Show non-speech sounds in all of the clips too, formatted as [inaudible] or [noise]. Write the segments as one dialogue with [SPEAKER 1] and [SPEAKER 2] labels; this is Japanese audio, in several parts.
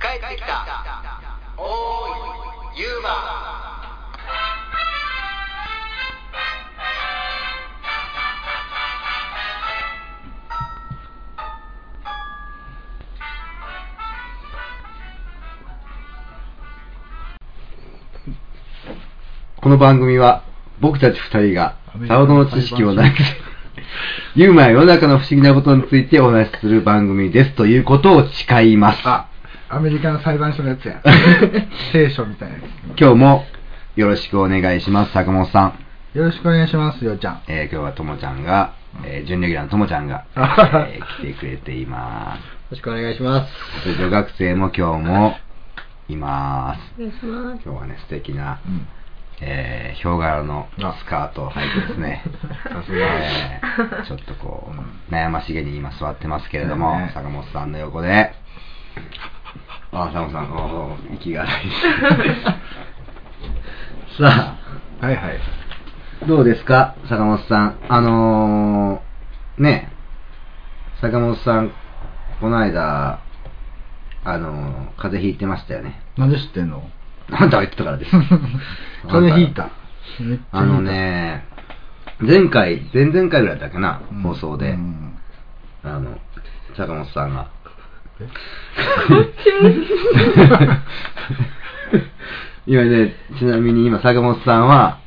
[SPEAKER 1] 帰ってきたおーいユーマ
[SPEAKER 2] この番組は僕たち二人が沢田の知識をなくて、ユーマや世の中の不思議なことについてお話しする番組ですということを誓います。
[SPEAKER 3] あ、アメリカの裁判所のやつやん。
[SPEAKER 2] [laughs]
[SPEAKER 3] 聖書みたいなや
[SPEAKER 2] 今日もよろしくお願いします、坂本さん。
[SPEAKER 3] つ。よろしくお願いします、ようちゃん。
[SPEAKER 2] えー今日はともちゃんが、えー準レギュラーのともちゃん [laughs] が、
[SPEAKER 3] あ
[SPEAKER 2] えー来てくれていま
[SPEAKER 4] よろしくお願いします。
[SPEAKER 2] す。女学生も今日もいます。
[SPEAKER 4] お願いしま。
[SPEAKER 2] 今日はね、素敵な
[SPEAKER 3] う、ん。
[SPEAKER 2] えー、ヒョウ柄のスカートを履いてですね、
[SPEAKER 3] さすが
[SPEAKER 2] えーちょっとこう、悩ましげに今座ってますけれども、
[SPEAKER 3] ね
[SPEAKER 2] 坂本さんの横で、あ、坂本さん、おー息がないです。 [laughs] さ
[SPEAKER 3] はいはい。
[SPEAKER 2] あ、どうですか、坂本さん。あのー、ね、坂本さん、この間、あのー、風邪ひいてましたよね。
[SPEAKER 3] なんで知って
[SPEAKER 2] [laughs]
[SPEAKER 3] んの
[SPEAKER 2] あんたが言ってたからです。
[SPEAKER 3] 風邪ひいた。めっちゃひいた
[SPEAKER 2] あの、ね、前回、前々回ぐらいだったっけな、
[SPEAKER 3] うん
[SPEAKER 2] 放送で、
[SPEAKER 3] うん
[SPEAKER 2] あの、坂本さんが。 [laughs] 今ね、ちなみに今、坂本さんは、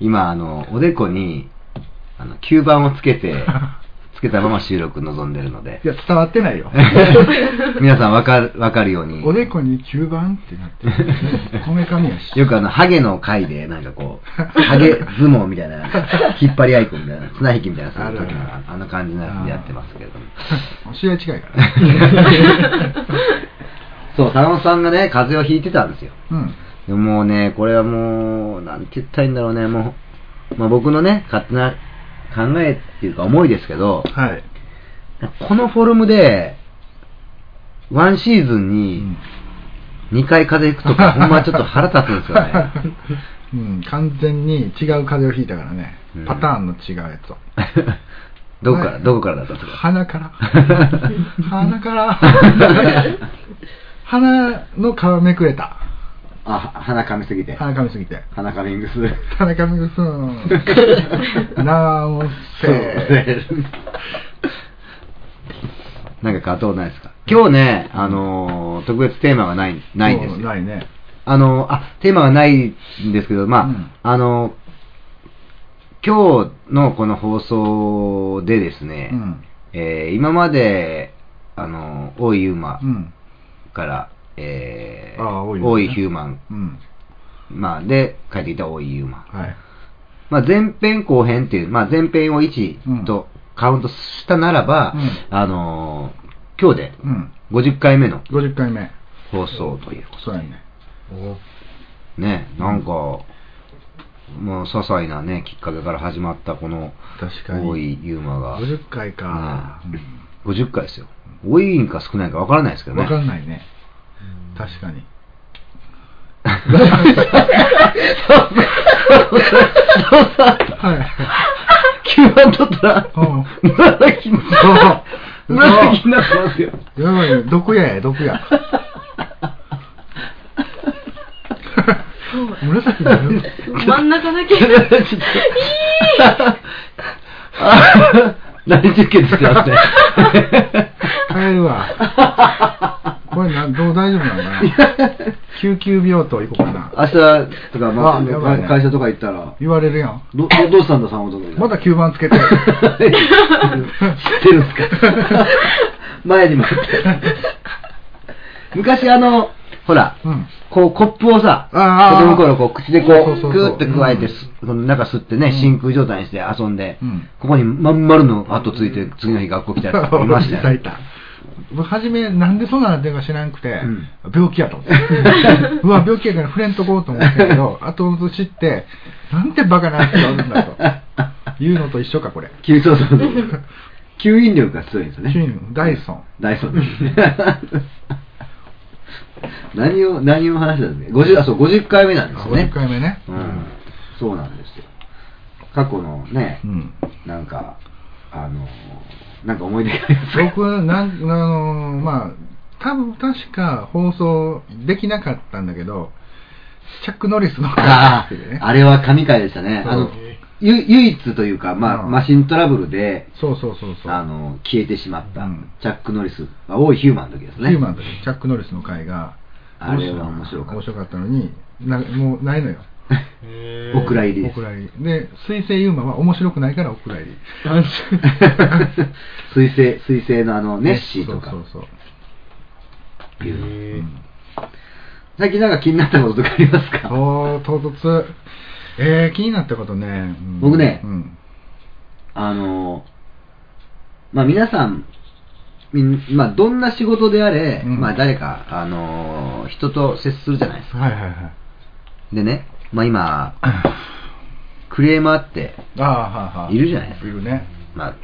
[SPEAKER 2] 今、あの、おでこに、あの、吸盤をつけ
[SPEAKER 3] [laughs]
[SPEAKER 2] て、つけたまま収録臨んでるので
[SPEAKER 3] い、や、伝わってないよ。
[SPEAKER 2] [laughs] 皆さんわかる、わかるように。
[SPEAKER 3] おでこに吸盤ってなってる。こめかみやし。
[SPEAKER 2] よくあの、ハゲの回で、なんかこう、ハゲ相撲みたいな、引っ張り合いっこみたいな、綱引きみたいな、そういう時
[SPEAKER 3] あるある
[SPEAKER 2] の、あの感じのやつでやってます
[SPEAKER 3] [laughs]
[SPEAKER 2] けれども。
[SPEAKER 3] 試合違いから。
[SPEAKER 2] [laughs] そう、坂本さんがね、風邪をひいてたんですよ。
[SPEAKER 3] うん。
[SPEAKER 2] でももうね、これはもう、なんて言ったらいいんだろうね、もう、まあ、僕のね、勝手な考えっていうか思いですけど、
[SPEAKER 3] はい。
[SPEAKER 2] このフォルムで、ワンシーズン
[SPEAKER 3] う
[SPEAKER 2] に
[SPEAKER 3] ん
[SPEAKER 2] 2回風邪ひくとか、ほんまちょっと腹立つんですよね。
[SPEAKER 3] [laughs] うん、完全に違う風邪をひいたからね、
[SPEAKER 2] うん
[SPEAKER 3] パターンの違うやつを
[SPEAKER 2] [laughs] どこから、
[SPEAKER 3] はい
[SPEAKER 2] どこからだったんですか [laughs]
[SPEAKER 3] 鼻から鼻から鼻の皮めくれた
[SPEAKER 2] [laughs] あ、鼻噛みすぎて。
[SPEAKER 3] 鼻かみすぎて
[SPEAKER 2] 鼻カミ
[SPEAKER 3] [laughs]
[SPEAKER 2] ングする。
[SPEAKER 3] 鼻かみぐ
[SPEAKER 2] [laughs]
[SPEAKER 3] すんなお
[SPEAKER 2] そう
[SPEAKER 3] せ
[SPEAKER 2] なんか加藤ないですか今日ね、あのー特別テーマがない、ないんですよ。
[SPEAKER 3] ないね
[SPEAKER 2] あのーあ、テーマがないんですけど、まあ、
[SPEAKER 3] うん
[SPEAKER 2] あのー今日のこの放送でですね、
[SPEAKER 3] うん
[SPEAKER 2] えー今まで、あのー、大井ユーマ
[SPEAKER 3] うん
[SPEAKER 2] から、えー
[SPEAKER 3] ああ多いですね
[SPEAKER 2] 大井ヒューマン、
[SPEAKER 3] うん
[SPEAKER 2] まあ、で、帰ってきた大井ユーマン。
[SPEAKER 3] はい
[SPEAKER 2] まあ、前編後編っていう、まあ、前編を1とカウントしたならば、
[SPEAKER 3] うん
[SPEAKER 2] あのー今日で
[SPEAKER 3] うん
[SPEAKER 2] 50回目の
[SPEAKER 3] 50回目
[SPEAKER 2] 放送というこ
[SPEAKER 3] そうやね
[SPEAKER 2] とね、なんか、もう些細なね、きっかけから始まったこの、
[SPEAKER 3] 確か
[SPEAKER 2] 大
[SPEAKER 3] に
[SPEAKER 2] 井ユーマが、
[SPEAKER 3] 50回か、
[SPEAKER 2] う
[SPEAKER 3] うんん
[SPEAKER 2] 50回ですよ。多いんか少ないんか分からないですけどね。
[SPEAKER 3] わかんないね確かにはい
[SPEAKER 2] 9番取った [laughs] ら、
[SPEAKER 3] うん
[SPEAKER 2] 紫に
[SPEAKER 3] そう
[SPEAKER 2] 紫になってますよ。
[SPEAKER 3] やばいよ、毒やや、
[SPEAKER 2] [laughs]
[SPEAKER 3] 毒や。紫だよ。
[SPEAKER 5] 真ん中だけ。
[SPEAKER 2] ちょっと。あ何受験してますね。
[SPEAKER 3] [laughs] 帰るわ。これなん、どう大丈夫なのかな。救急病棟行こうかな。
[SPEAKER 2] 明日とか、まあ、
[SPEAKER 3] あやばいね
[SPEAKER 2] 会社とか行ったら、
[SPEAKER 3] 言われるやん。
[SPEAKER 2] どどどうしたんだ、坂本君。
[SPEAKER 3] また吸盤
[SPEAKER 2] [laughs]
[SPEAKER 3] つけて。
[SPEAKER 2] 知ってるんですか [laughs] 前にもあって。昔あの、ほら、
[SPEAKER 3] うん。
[SPEAKER 2] こうコップをさ、
[SPEAKER 3] あー
[SPEAKER 2] 子供の頃こう口でこ
[SPEAKER 3] そう
[SPEAKER 2] う、
[SPEAKER 3] そうそう
[SPEAKER 2] グーって加えてす、その中吸ってね、真空状態にして遊んで
[SPEAKER 3] うん、
[SPEAKER 2] ここにまん丸の跡ついて、次の日学校来たやついま
[SPEAKER 3] [laughs]
[SPEAKER 2] したよ
[SPEAKER 3] 俺実際い。た僕初めなんでそんなの出るか知らんくて、
[SPEAKER 2] ん
[SPEAKER 3] 病気や
[SPEAKER 2] [laughs]
[SPEAKER 3] と思ってうわ病気やから触れんとこうと思ったけど後々知ってなんてバカなやつがおるんだ
[SPEAKER 2] [laughs]
[SPEAKER 3] というのと一緒かこれ
[SPEAKER 2] 吸そうそうそう。 [laughs] 吸引力が強いんですよ
[SPEAKER 3] シ
[SPEAKER 2] ね。
[SPEAKER 3] ンダイソン
[SPEAKER 2] ダイソンです。何を、何を話したんですか ?50、あ、そう、50回目なんですよね。
[SPEAKER 3] 50回目ね
[SPEAKER 2] うん、そうなんですよ。過去のね、
[SPEAKER 3] うん
[SPEAKER 2] なんか、あの、なんか思い出がありますか
[SPEAKER 3] 僕なんあのーまあ多分確か放送できなかったんだけど、チャック・ノリスの
[SPEAKER 2] あ
[SPEAKER 3] 話でね
[SPEAKER 2] [laughs] あ、。あれは神回でしたね。
[SPEAKER 3] そう
[SPEAKER 2] あの、ゆ唯一というか、まあ、
[SPEAKER 3] うん
[SPEAKER 2] マシントラブルで、
[SPEAKER 3] そうそうそうそう。
[SPEAKER 2] あの、消えてしまった、
[SPEAKER 3] うん
[SPEAKER 2] チャック・ノリス、まあ、オーヒューマンの時ですね。
[SPEAKER 3] ヒューマンとチャック・ノリスの回が、
[SPEAKER 2] あれは面白かった
[SPEAKER 3] 面白かったのに、なもうないのよ。
[SPEAKER 4] へ
[SPEAKER 2] お蔵入りで
[SPEAKER 3] お蔵入り。で、水星ユーマは面白くないからお蔵入り。
[SPEAKER 2] す。 [laughs] 水星、水星のあ
[SPEAKER 3] [laughs]
[SPEAKER 2] の、ネッシーとか
[SPEAKER 3] そうそうそう。
[SPEAKER 2] いうの
[SPEAKER 4] へ
[SPEAKER 3] う
[SPEAKER 4] ー
[SPEAKER 3] ん
[SPEAKER 2] 最近なんか気になったこととかありますか
[SPEAKER 3] おー、唐突。えー、気になったことね。うん
[SPEAKER 2] 僕ね
[SPEAKER 3] うん。
[SPEAKER 2] あの、まあ皆さん、みんまあ、どんな仕事であれ、
[SPEAKER 3] うん
[SPEAKER 2] まあ誰か、あの人と接するじゃないですか。
[SPEAKER 3] はいはいはい。
[SPEAKER 2] でね、まあ
[SPEAKER 3] [laughs]
[SPEAKER 2] 今、クレーマーって、
[SPEAKER 3] あーはーはー
[SPEAKER 2] いるじゃないですか
[SPEAKER 3] いるね。
[SPEAKER 2] まあ、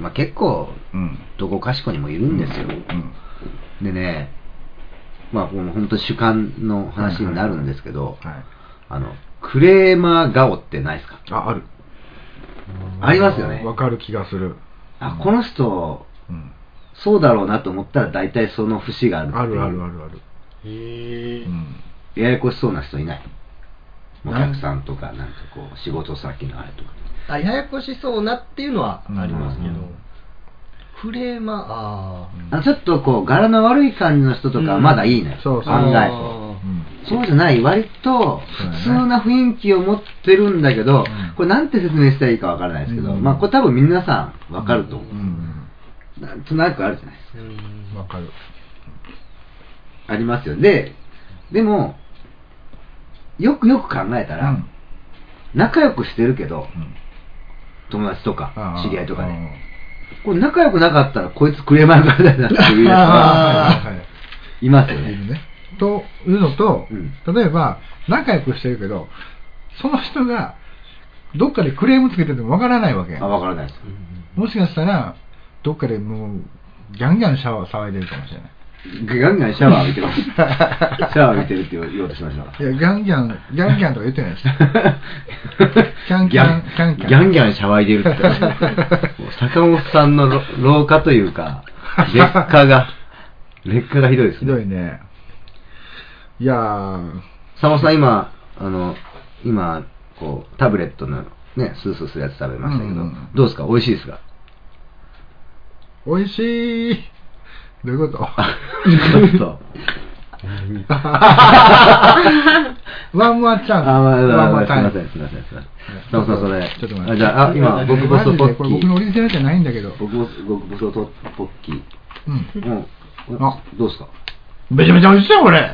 [SPEAKER 2] まあ結構、
[SPEAKER 3] うん。
[SPEAKER 2] どこかしこにもいるんですよ。
[SPEAKER 3] うん。
[SPEAKER 2] でね、まあこの本当主観の話になるんですけど、
[SPEAKER 3] はい。
[SPEAKER 2] あの、クレーマー顔ってないですか
[SPEAKER 3] あ、ある。
[SPEAKER 2] ありますよね。
[SPEAKER 3] わかる気がする。
[SPEAKER 2] あ、この人、
[SPEAKER 3] うん。
[SPEAKER 2] そうだろうなと思ったら大体その節があるっていう
[SPEAKER 3] あるあるあるある。う
[SPEAKER 4] へえ。
[SPEAKER 3] ん。
[SPEAKER 2] ややこしそうな人いないお
[SPEAKER 3] なん
[SPEAKER 2] 客さんとかなんかこう仕事先のあれとか
[SPEAKER 4] [laughs] あ、ややこしそうなっていうのはありますけど
[SPEAKER 3] うんうん、
[SPEAKER 4] フレーマー、あー
[SPEAKER 2] あのちょっとこう柄の悪い感じの人とかは
[SPEAKER 4] うん
[SPEAKER 2] まだいいね、
[SPEAKER 3] そうそう
[SPEAKER 2] 案
[SPEAKER 4] あ
[SPEAKER 2] 外
[SPEAKER 4] ー
[SPEAKER 3] うん
[SPEAKER 2] そうじゃない割と普通な雰囲気を持ってるんだけど、
[SPEAKER 3] うん
[SPEAKER 2] これなんて説明したらいいかわからないですけど、
[SPEAKER 3] うん
[SPEAKER 2] まあこれ多分皆さんわかると思う、
[SPEAKER 3] うん。
[SPEAKER 2] なんとなくあるじゃないですか
[SPEAKER 4] うん
[SPEAKER 3] わかる。
[SPEAKER 2] ありますよででもよくよく考えたら、
[SPEAKER 3] うん
[SPEAKER 2] 仲良くしてるけど
[SPEAKER 3] うん
[SPEAKER 2] 友達とか知り合いとかで、
[SPEAKER 3] あー
[SPEAKER 2] これ仲良くなかったらこいつクレーマーからだなっていうやつ
[SPEAKER 3] あー
[SPEAKER 2] は
[SPEAKER 3] [laughs] はいはい
[SPEAKER 2] いますよ
[SPEAKER 3] はい
[SPEAKER 2] ね。
[SPEAKER 3] というのと、
[SPEAKER 2] う
[SPEAKER 3] 例えば仲良くしてるけどその人がどっかでクレームつけててもわからないわけや
[SPEAKER 2] あ、わからない
[SPEAKER 3] [laughs]
[SPEAKER 2] です。
[SPEAKER 3] もしかしたらどっかでもうギャンギャンシャワー騒いでるかもしれない
[SPEAKER 2] ガンガンシャワー浴びてます。シャワー浴びてるって言おうとしましたわ。
[SPEAKER 3] いやギャンギャンギャンギャンとか言ってないです
[SPEAKER 2] [laughs]
[SPEAKER 3] キャンキ
[SPEAKER 2] ギ
[SPEAKER 3] ャ
[SPEAKER 2] ャ
[SPEAKER 3] ンキャン
[SPEAKER 2] ン
[SPEAKER 3] キ
[SPEAKER 2] ギ
[SPEAKER 3] ャン
[SPEAKER 2] ャンギャンシャワー
[SPEAKER 3] [laughs]
[SPEAKER 2] 浴びてるって。もう坂本さんのろ老化というか、劣化が、劣化がひどいです
[SPEAKER 3] ひど
[SPEAKER 2] ね。
[SPEAKER 3] いねいやー
[SPEAKER 2] 坂本さん今、あの、今、こう、タブレットのね、スースーするやつ食べましたけ
[SPEAKER 3] うん
[SPEAKER 2] ど
[SPEAKER 3] うんうん、
[SPEAKER 2] どうですか美味しいですか
[SPEAKER 3] 美味しいどういうこと
[SPEAKER 2] [laughs] ちょっと。
[SPEAKER 3] ワンモアチャ
[SPEAKER 2] [laughs] あ、
[SPEAKER 3] ンス
[SPEAKER 2] まあ、ま
[SPEAKER 3] ワ
[SPEAKER 2] あ
[SPEAKER 3] ン
[SPEAKER 2] ま
[SPEAKER 3] モア
[SPEAKER 2] あ、
[SPEAKER 3] チ
[SPEAKER 2] すみま
[SPEAKER 3] ャン
[SPEAKER 2] せ
[SPEAKER 3] ス
[SPEAKER 2] ん、すみません、すみま
[SPEAKER 3] ち
[SPEAKER 2] せ
[SPEAKER 3] ょ
[SPEAKER 2] ん。そ
[SPEAKER 3] っと
[SPEAKER 2] うそう、それ。
[SPEAKER 3] ちょっと待って
[SPEAKER 2] あじゃあ、あ今、極
[SPEAKER 3] マ
[SPEAKER 2] 細
[SPEAKER 3] ジ
[SPEAKER 2] ポ
[SPEAKER 3] で
[SPEAKER 2] ッ
[SPEAKER 3] これ僕のオリ
[SPEAKER 2] キ
[SPEAKER 3] ジナルじゃないんだけど
[SPEAKER 2] ー。極細極細とポッキ
[SPEAKER 3] うん
[SPEAKER 2] ー。もう、
[SPEAKER 3] あ
[SPEAKER 2] どう
[SPEAKER 3] [laughs]
[SPEAKER 2] ですか
[SPEAKER 3] めちゃめちゃ美味しいよこれ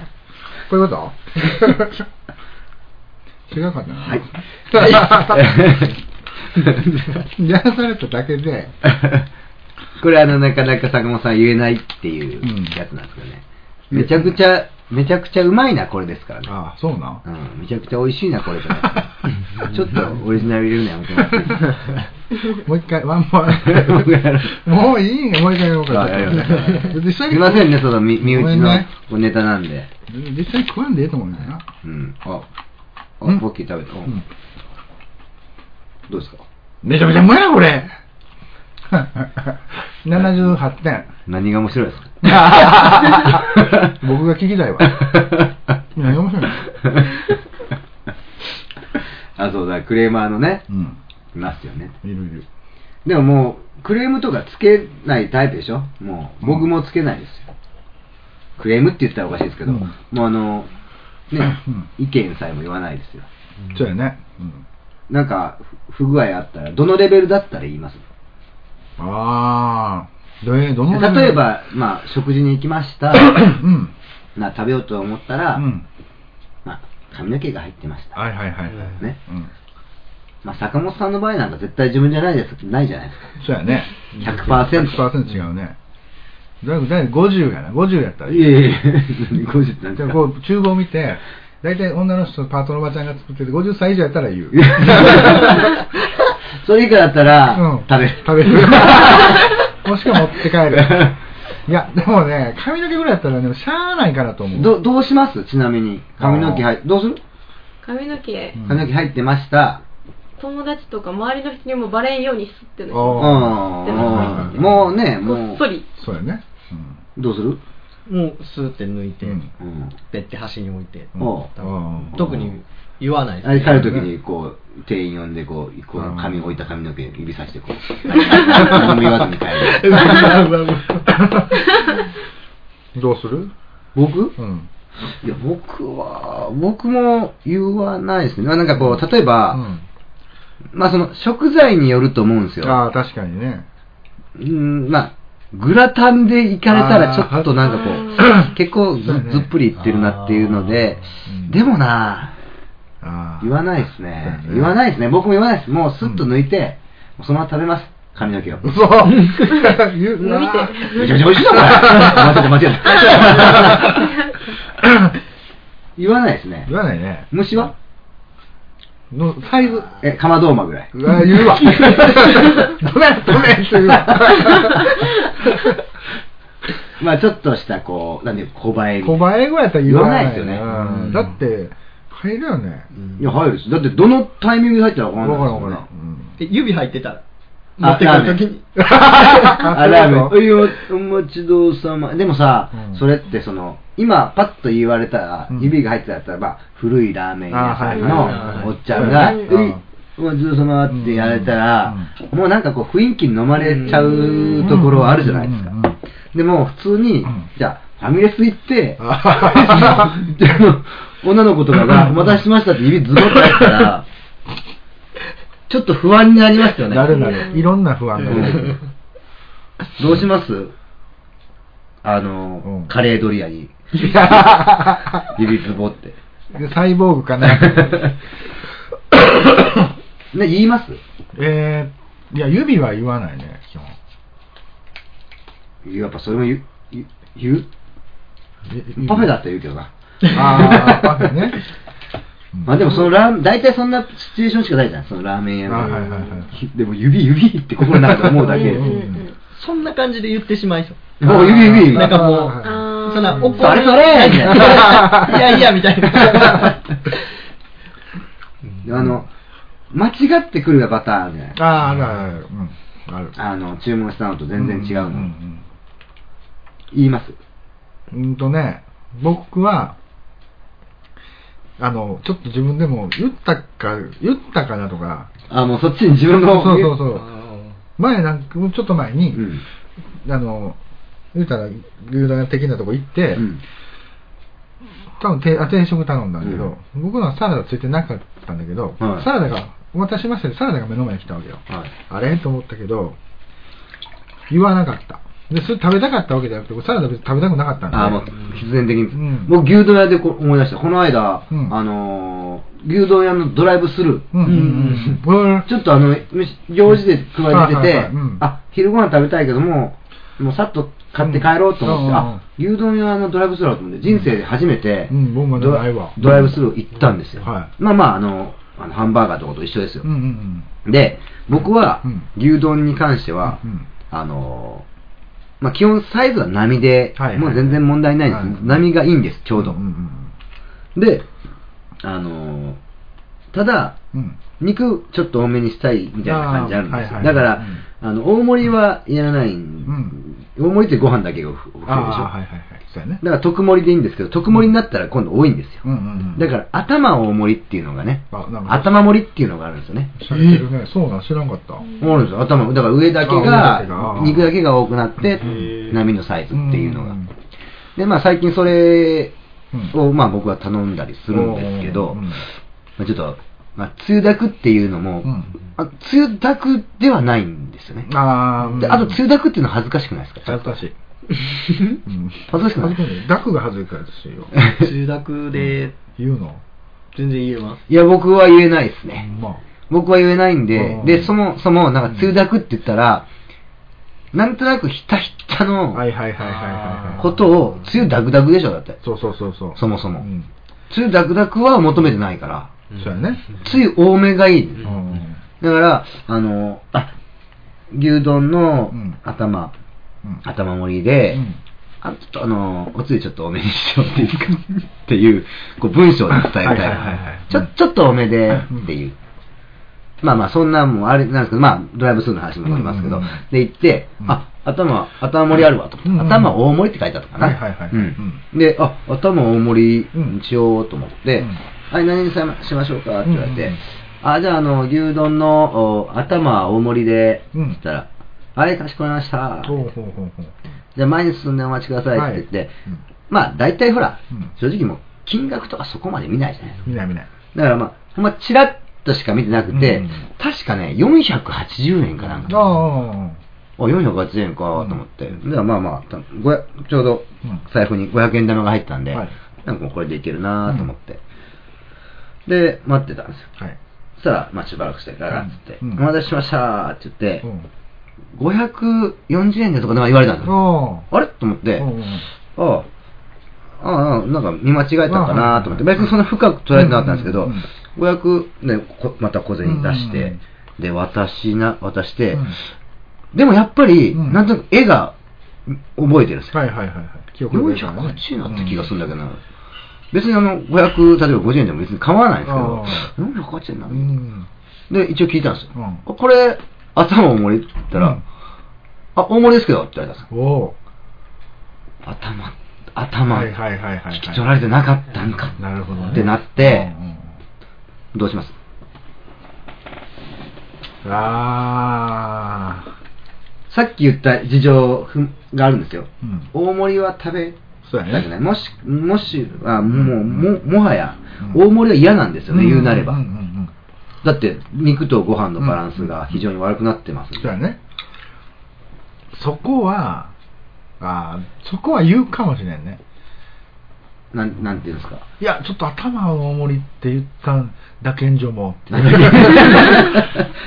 [SPEAKER 3] こういう [laughs] こと違うかなはい [laughs] やらされただけで
[SPEAKER 2] これ、あの、なかなか坂本さん言えないっていう
[SPEAKER 3] うん
[SPEAKER 2] やつなんですけどね。めちゃくちゃ、めちゃくちゃうまいな、これですからね。
[SPEAKER 3] ああそうな
[SPEAKER 2] うん、めちゃくちゃ美味しいな、これじゃない。ちょっとオリジナル入れるのやめてもらっていいですか
[SPEAKER 3] [laughs] もう一回ワンモア
[SPEAKER 2] もう一回やる
[SPEAKER 3] [laughs] もういいねもう一回やろうか
[SPEAKER 2] あやりましょう
[SPEAKER 3] 実際
[SPEAKER 2] す
[SPEAKER 3] に
[SPEAKER 2] いませんね、その身身
[SPEAKER 3] ごめ
[SPEAKER 2] 内
[SPEAKER 3] ん
[SPEAKER 2] の
[SPEAKER 3] ね
[SPEAKER 2] こうネタなんで。
[SPEAKER 3] 実際に食わんでええと思うんだよな
[SPEAKER 2] うん。あ、あ
[SPEAKER 3] うん
[SPEAKER 2] ポッキー食べた。
[SPEAKER 3] うん
[SPEAKER 2] どうですか
[SPEAKER 3] めちゃめちゃうまいなこ [laughs] れ78点
[SPEAKER 2] 何が面白い
[SPEAKER 3] [laughs]
[SPEAKER 2] ですか
[SPEAKER 3] 僕が聞きたいわ [laughs] 何が面白いの
[SPEAKER 2] あ、そうだ、クレーマーのね
[SPEAKER 3] う、ん
[SPEAKER 2] いますよね。
[SPEAKER 3] いるいる
[SPEAKER 2] でももう、クレームとかつけないタイプでしょもう、僕もつけないですよ。クレームって言ったらおかしいですけど、
[SPEAKER 3] うん
[SPEAKER 2] もうあの、ね
[SPEAKER 3] うん、
[SPEAKER 2] 意見さえも言わないですよ。
[SPEAKER 3] そうやねうん
[SPEAKER 2] なんか、ふ不具合あったら、どのレベルだったら言います
[SPEAKER 3] ああ、どえどのレベル
[SPEAKER 2] 例え、ば、まあ、食事に行きま
[SPEAKER 3] [coughs]
[SPEAKER 2] した。
[SPEAKER 3] うん、
[SPEAKER 2] な食べようと思ったら、
[SPEAKER 3] うん、
[SPEAKER 2] まあ、髪の毛が入ってました、
[SPEAKER 3] はいはいはい、
[SPEAKER 2] ね
[SPEAKER 3] うん、
[SPEAKER 2] まあ、坂本さんの場合なんか絶対自分じゃないですないじゃないですか
[SPEAKER 3] そうやね、
[SPEAKER 2] 100%
[SPEAKER 3] 100%違うね、だいぶだいぶ50やな、50やったらい
[SPEAKER 2] い
[SPEAKER 3] い、
[SPEAKER 2] えいえ50なん
[SPEAKER 3] で
[SPEAKER 2] です
[SPEAKER 3] も
[SPEAKER 2] か
[SPEAKER 3] こう厨房見て、大体女の人、パートのおばちゃんが作ってて、50歳以上やったら言う、
[SPEAKER 2] それ以下だったら、
[SPEAKER 3] うん
[SPEAKER 2] 食べる
[SPEAKER 3] 食べ [laughs] る、もしくは持って帰る、いや、でもね、髪の毛ぐらいやったら、ね、しゃあないかなと思う、
[SPEAKER 2] どどうしますちなみに髪の毛入どうする
[SPEAKER 5] 髪の毛、
[SPEAKER 3] うん
[SPEAKER 2] 髪の毛入ってました、
[SPEAKER 5] 友達とか周りの人にもバレんようにすってね
[SPEAKER 3] あ
[SPEAKER 2] う
[SPEAKER 3] ー
[SPEAKER 2] ん、もうねも
[SPEAKER 5] こっそうり
[SPEAKER 3] そうやね、うん、
[SPEAKER 2] どうする
[SPEAKER 4] もうスーって抜いて、
[SPEAKER 3] うん
[SPEAKER 2] うん
[SPEAKER 4] ペッて端に置いて、
[SPEAKER 2] うん
[SPEAKER 4] 多
[SPEAKER 3] [laughs]
[SPEAKER 4] 分特に言わない
[SPEAKER 2] あれ、
[SPEAKER 4] です
[SPEAKER 2] 去
[SPEAKER 4] ね
[SPEAKER 2] るときに、こう、店員呼んで、こう、この髪、置いた髪の毛、指さして、こう、何も言わずに帰る。
[SPEAKER 3] どうする
[SPEAKER 2] 僕
[SPEAKER 3] うん。
[SPEAKER 2] いや、僕は、僕も言わないですね。なんかこう、例えば、
[SPEAKER 3] うん
[SPEAKER 2] まあその、食材によると思うんですよ。
[SPEAKER 3] ああ、確かにね。
[SPEAKER 2] うん、まあ、グラタンで行かれたら、ちょっとなんかこう、結構ず
[SPEAKER 3] そうだね
[SPEAKER 2] ずっぷりいってるなっていうので
[SPEAKER 3] うん、
[SPEAKER 2] でもな
[SPEAKER 3] ああ。
[SPEAKER 2] 言わないです
[SPEAKER 3] そうだ
[SPEAKER 2] ね
[SPEAKER 3] ね。
[SPEAKER 2] 言わないですね。僕も言わないです。もうスッと抜いて、そのまま食べます。髪の毛を。
[SPEAKER 3] 嘘言う
[SPEAKER 5] 見て。
[SPEAKER 2] めちゃめちゃ美味しいな、これ。間違えた、間違えた。
[SPEAKER 3] [laughs]
[SPEAKER 2] 言わないですね
[SPEAKER 3] 言。わないね。
[SPEAKER 2] 虫は
[SPEAKER 3] のサイズ。
[SPEAKER 2] え、かまどーまぐらい。
[SPEAKER 3] うわ言うわ。 [laughs] ごめん、ごめんって言うわ。
[SPEAKER 2] まあちょっとした、こう、なんていうの小 [laughs] 映えみたいな。
[SPEAKER 3] 小映えぐらいやったら言わな
[SPEAKER 2] 言わな
[SPEAKER 3] い
[SPEAKER 2] いですよね
[SPEAKER 3] うんだって、入るよね。
[SPEAKER 2] いや、入るし。だって、どのタイミングで入ったら分か
[SPEAKER 3] わ
[SPEAKER 2] ん
[SPEAKER 3] か
[SPEAKER 2] な
[SPEAKER 3] ら
[SPEAKER 2] い
[SPEAKER 3] んわからん。 [laughs]
[SPEAKER 4] で指入ってたら持
[SPEAKER 2] あ
[SPEAKER 4] ってくるときに
[SPEAKER 2] あ、ラーメン。おいよ、お待ちどうさま。でもさ、
[SPEAKER 3] うん
[SPEAKER 2] それってその、今パッと言われたら
[SPEAKER 3] う、ん
[SPEAKER 2] 指が入ってたら、まあ、古いラーメン屋さん
[SPEAKER 3] あ
[SPEAKER 4] はいはいはい
[SPEAKER 2] のおっちゃんが、
[SPEAKER 3] そううだね
[SPEAKER 2] い、お待ちどうさまってやれたら、もうなんかこう雰囲気に飲まれちゃうところはあるじゃないですか
[SPEAKER 3] うんうんうん。
[SPEAKER 2] でも普通に
[SPEAKER 3] うん、
[SPEAKER 2] じゃあ、ファミレス行
[SPEAKER 3] [laughs]
[SPEAKER 2] って、
[SPEAKER 3] あ
[SPEAKER 2] でも女の子とかが、お待たせしましたって指ズボッと入ったら、ちょっと不安になりますよね。
[SPEAKER 3] なるなる。いろんな不安が出てくる。
[SPEAKER 2] どうしますあの、
[SPEAKER 3] うん
[SPEAKER 2] カレードリア
[SPEAKER 3] [laughs]
[SPEAKER 2] に。指つぼって。 [laughs]
[SPEAKER 3] でサイボーグかな。
[SPEAKER 2] ね、言います
[SPEAKER 3] えー、いや、指は言わないね、基本。
[SPEAKER 2] やっぱそれも言う言う言う
[SPEAKER 3] 指
[SPEAKER 2] パフェだったら言うけどな。
[SPEAKER 3] ああ、パフ
[SPEAKER 2] [laughs]
[SPEAKER 3] ェね。
[SPEAKER 2] まあでもそのラーメン、大体そんなシチュエーションしかないじゃん、そのラーメン屋の。
[SPEAKER 3] あはいはいは
[SPEAKER 2] でも指指って心の中で思うだけで。
[SPEAKER 5] うんうん
[SPEAKER 2] も
[SPEAKER 5] うん
[SPEAKER 4] そんな感じで言ってしまいそう
[SPEAKER 2] う指指指。
[SPEAKER 4] なんかもう
[SPEAKER 3] あ
[SPEAKER 5] あー
[SPEAKER 4] そんな怒る
[SPEAKER 2] それそれみたい
[SPEAKER 4] [laughs] い
[SPEAKER 2] な
[SPEAKER 4] やいやみた
[SPEAKER 2] [laughs]
[SPEAKER 4] いな
[SPEAKER 2] あの、間違ってくるがパターンあるじゃない
[SPEAKER 3] ああ、あるあるある。うん、ある。
[SPEAKER 2] あの、注文したのと全然違うの。
[SPEAKER 3] んん
[SPEAKER 2] 言います
[SPEAKER 3] うんうんとね、僕は、あの、ちょっと自分でも言ったか、言ったかなとか、
[SPEAKER 2] あ、もうそっちに自分の。
[SPEAKER 3] そうそうそう。前なんか、ちょっと前に、
[SPEAKER 2] うん。
[SPEAKER 3] あの、言うたら、牛丼屋的なとこ行って、
[SPEAKER 2] うん
[SPEAKER 3] 多分定あ定食頼んだんだけど、僕のはサラダついてなかったんだけど、
[SPEAKER 2] はい
[SPEAKER 3] サラダが、お待たせしましたよサラダが目の前に来たわけよ。
[SPEAKER 2] はい
[SPEAKER 3] あれと思ったけど、言わなかった。で、それ食べたかったわけじゃなくて、サラダ別に食べたくなかったんで。
[SPEAKER 2] あーもう必然的に、
[SPEAKER 3] うん
[SPEAKER 2] 僕牛丼屋でこ思い出したこの間、
[SPEAKER 3] うん
[SPEAKER 2] あのー牛丼屋のドライブスルー、
[SPEAKER 3] うんうんうん。うん
[SPEAKER 2] ちょっとあの飯用事で食われて
[SPEAKER 3] はいはいは
[SPEAKER 2] て
[SPEAKER 3] いうん
[SPEAKER 2] あ昼ご飯食べたいけどももうさっと買って帰ろうと思って、
[SPEAKER 3] うん
[SPEAKER 2] あ牛丼屋のドライブスルーだと思って人生で初めて、
[SPEAKER 3] うん僕もね
[SPEAKER 2] ドラ
[SPEAKER 3] ないわ
[SPEAKER 2] ドライブスルー行ったんですよ、
[SPEAKER 3] うんはい
[SPEAKER 2] まあまああのあのハンバーガーとかと一緒ですよ、
[SPEAKER 3] うんうん
[SPEAKER 2] で僕は
[SPEAKER 3] うん
[SPEAKER 2] 牛丼に関しては、
[SPEAKER 3] うん
[SPEAKER 2] あのーまあ、基本サイズは並で、
[SPEAKER 3] はいはい
[SPEAKER 2] もう全然問題ないんです、
[SPEAKER 3] はいはい
[SPEAKER 2] 並がいいんですちょうど、
[SPEAKER 3] うんうん
[SPEAKER 2] であのーただ
[SPEAKER 3] うん。うん。
[SPEAKER 2] 肉ちょっと多めにしたいみたいな感じあるんですよ、
[SPEAKER 3] あーはいは
[SPEAKER 2] だ
[SPEAKER 3] い
[SPEAKER 2] から、
[SPEAKER 3] うん
[SPEAKER 2] あの大盛りはいらない、
[SPEAKER 3] ん
[SPEAKER 2] 大盛りってご飯だけが増えるでしょ、
[SPEAKER 3] ああ、はいはいはい。そうやね。
[SPEAKER 2] だから特盛りでいいんですけど特盛りになったら今度多いんですよ、
[SPEAKER 3] うんうんうん。
[SPEAKER 2] だから頭大盛りっていうのがね
[SPEAKER 3] あなんか
[SPEAKER 2] 頭盛りっていうのがあるんですよね
[SPEAKER 3] しゃれてるね。そうなん、知らんかった。
[SPEAKER 2] あるんですよ頭だから上だけ
[SPEAKER 3] あ上だけ
[SPEAKER 2] が
[SPEAKER 3] が
[SPEAKER 2] 肉だけが多くなって
[SPEAKER 4] うん
[SPEAKER 2] 波のサイズっていうのが
[SPEAKER 3] うん
[SPEAKER 2] でまあ最近それ
[SPEAKER 3] うん
[SPEAKER 2] をまあ僕は頼んだりするんですけど
[SPEAKER 3] うん
[SPEAKER 2] まあちょっとまあつゆだくっていうのも
[SPEAKER 3] うん
[SPEAKER 2] あつゆだくではないんですよね
[SPEAKER 3] ああ、
[SPEAKER 2] であとつゆだくっていうのは恥ずかしくないですか
[SPEAKER 3] 恥ずかしい。うん
[SPEAKER 2] [laughs] 恥ずかしくない
[SPEAKER 3] ダクが恥ずかしいよ。
[SPEAKER 4] 中学で
[SPEAKER 3] 言うの。
[SPEAKER 4] 全然言えます
[SPEAKER 2] いや僕は言えないですね
[SPEAKER 3] まあ。
[SPEAKER 2] 僕は言えないんで
[SPEAKER 3] うん
[SPEAKER 2] でそもそもなんかつゆだくって言ったらなんとなくひたひたの
[SPEAKER 3] はいはいはいはいはいはい。
[SPEAKER 2] ことをつゆだくだくでしょだって
[SPEAKER 3] そうそうそうそう。
[SPEAKER 2] そもそも
[SPEAKER 3] うん。
[SPEAKER 2] つゆダクダクは求めてないから、
[SPEAKER 3] そうやね。
[SPEAKER 2] つゆ多めがいい。
[SPEAKER 3] う
[SPEAKER 2] だ
[SPEAKER 3] ん。
[SPEAKER 2] から、あの、あ、牛丼の
[SPEAKER 3] うん
[SPEAKER 2] 頭、
[SPEAKER 3] うん
[SPEAKER 2] 頭盛りで、あ、ちょっとあの、おつゆちょっと多めにしようっていいですかっていう、こう文章で伝えたい。
[SPEAKER 3] はいはいはいはい
[SPEAKER 2] ちょ、ちょっと多めで
[SPEAKER 3] うん
[SPEAKER 2] っていう。まあまあ、そんなんもあれなんですけど、まあ、ドライブスルーの話もありますけど、
[SPEAKER 3] うん
[SPEAKER 2] で、行って、
[SPEAKER 3] うん
[SPEAKER 2] あ、頭、頭盛りあるわと思って、
[SPEAKER 3] うんうん
[SPEAKER 2] 頭大盛りって書いてあったかな。
[SPEAKER 3] はいはいはい
[SPEAKER 2] うんで、あ、頭大盛りにしようと思って、
[SPEAKER 3] うん
[SPEAKER 2] はい、何にしましましょうかって言われて、
[SPEAKER 3] うんうん
[SPEAKER 2] あ、じゃあ、あの、牛丼のお頭大盛りで、って言ったら、はい、かしこまりました。
[SPEAKER 3] ほうほうほうほう。
[SPEAKER 2] じゃあ、前に進んでお待ちくださいって言って、
[SPEAKER 3] はいうん
[SPEAKER 2] まあ、大体ほら、
[SPEAKER 3] うん
[SPEAKER 2] 正直もう、金額とかそこまで見ないじゃないですか。
[SPEAKER 3] 見ない見ない。
[SPEAKER 2] だからまあ、ほんま、チラッとしか見てなくて、
[SPEAKER 3] うん
[SPEAKER 2] 確かね、480円かなんか。
[SPEAKER 3] ああ、
[SPEAKER 2] あ、480円かと思って。ではまあまあ、たごやちょうど
[SPEAKER 3] うん
[SPEAKER 2] 財布に500円玉が入ったんで、
[SPEAKER 3] はい
[SPEAKER 2] なんかもうこれでいけるなと思って、で、待ってたんですよ。
[SPEAKER 3] はい。
[SPEAKER 2] そしたら、まあしばらくしてから、つって、
[SPEAKER 3] うんうん
[SPEAKER 2] お待たせしましたーって言って、
[SPEAKER 3] うん
[SPEAKER 2] 540円でとかで言われたんですよ。
[SPEAKER 3] あ
[SPEAKER 2] あれと思って、
[SPEAKER 3] うんうん
[SPEAKER 2] ああ、ああ、なんか見間違えたかなと思って、
[SPEAKER 3] あはい
[SPEAKER 2] 別にそんな深く捉えてなかったんですけど、
[SPEAKER 3] うんうん
[SPEAKER 2] 500、ね、こまた小銭出して、
[SPEAKER 3] うん
[SPEAKER 2] で、渡しな、渡して、
[SPEAKER 3] うん
[SPEAKER 2] でもやっぱり、
[SPEAKER 3] うん
[SPEAKER 2] なんとなく絵が覚えてるんですよ。
[SPEAKER 3] はいはいはいはい。記憶力がね
[SPEAKER 2] 480円だった気がするんだけどな。別にあの、500、例えば50円でも別に構わないんですけど、480円な
[SPEAKER 3] う
[SPEAKER 2] の、
[SPEAKER 3] ん。
[SPEAKER 2] で、一応聞いたんですよ。
[SPEAKER 3] うん
[SPEAKER 2] あこれ、頭大盛りって言ったら、
[SPEAKER 3] うん
[SPEAKER 2] あ、大盛りですけどって言われたんですよ。
[SPEAKER 3] おお。
[SPEAKER 2] 頭、頭、
[SPEAKER 3] はいはいはいはい。
[SPEAKER 2] 引き取られてなかったんか。
[SPEAKER 3] なるほどね。
[SPEAKER 2] ってなって
[SPEAKER 3] うんうん
[SPEAKER 2] どうします
[SPEAKER 3] うんああ。
[SPEAKER 2] さっき言った事情ふんがあるんですよ。
[SPEAKER 3] うん
[SPEAKER 2] 大盛りは食べ
[SPEAKER 3] そう
[SPEAKER 2] た
[SPEAKER 3] や
[SPEAKER 2] く
[SPEAKER 3] ね
[SPEAKER 2] ない。もし、もし、あもう、も、もはや、
[SPEAKER 3] うん
[SPEAKER 2] 大盛りは嫌なんですよね、言うなれば。
[SPEAKER 3] んんうん
[SPEAKER 2] だって、肉とご飯のバランスが非常に悪くなってます。
[SPEAKER 3] そうやね。そこは、あーそこは言うかもしれんね。
[SPEAKER 2] なん、なんていうん
[SPEAKER 3] [laughs]
[SPEAKER 2] ですか。
[SPEAKER 3] いや、ちょっと頭の重りって言ったんだけんじょもって。
[SPEAKER 2] あ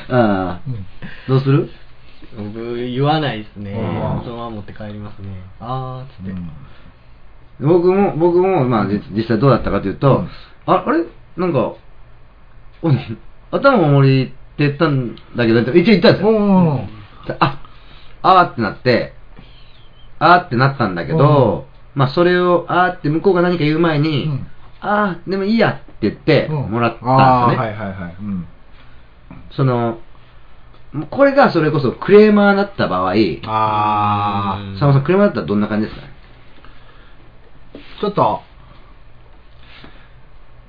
[SPEAKER 2] あ、
[SPEAKER 3] うん
[SPEAKER 2] どうする
[SPEAKER 4] 僕、言わないですね。
[SPEAKER 3] うん
[SPEAKER 4] そのまま持って帰りますね。あーっつって。
[SPEAKER 2] 僕も、僕も、まあ、じ実際どうだったかという
[SPEAKER 3] う
[SPEAKER 2] と
[SPEAKER 3] ん、
[SPEAKER 2] あ、あれなんか、お頭を盛りって言ったんだけど、一応言ったんですよ。
[SPEAKER 3] おー
[SPEAKER 2] あ、あーってなって、あーってなったんだけど、まあそれをあーって向こうが何か言う前に、
[SPEAKER 3] うん
[SPEAKER 2] あーでもいいやって言って
[SPEAKER 3] うん
[SPEAKER 2] もらったんですよね。
[SPEAKER 3] あーはいはいはい。うん
[SPEAKER 2] その、もうこれがそれこそクレーマーだった場合、
[SPEAKER 3] あ
[SPEAKER 4] うん
[SPEAKER 2] 佐野さんクレーマーだったらどんな感じ
[SPEAKER 3] [laughs]
[SPEAKER 2] ですかね
[SPEAKER 3] ーちょっと、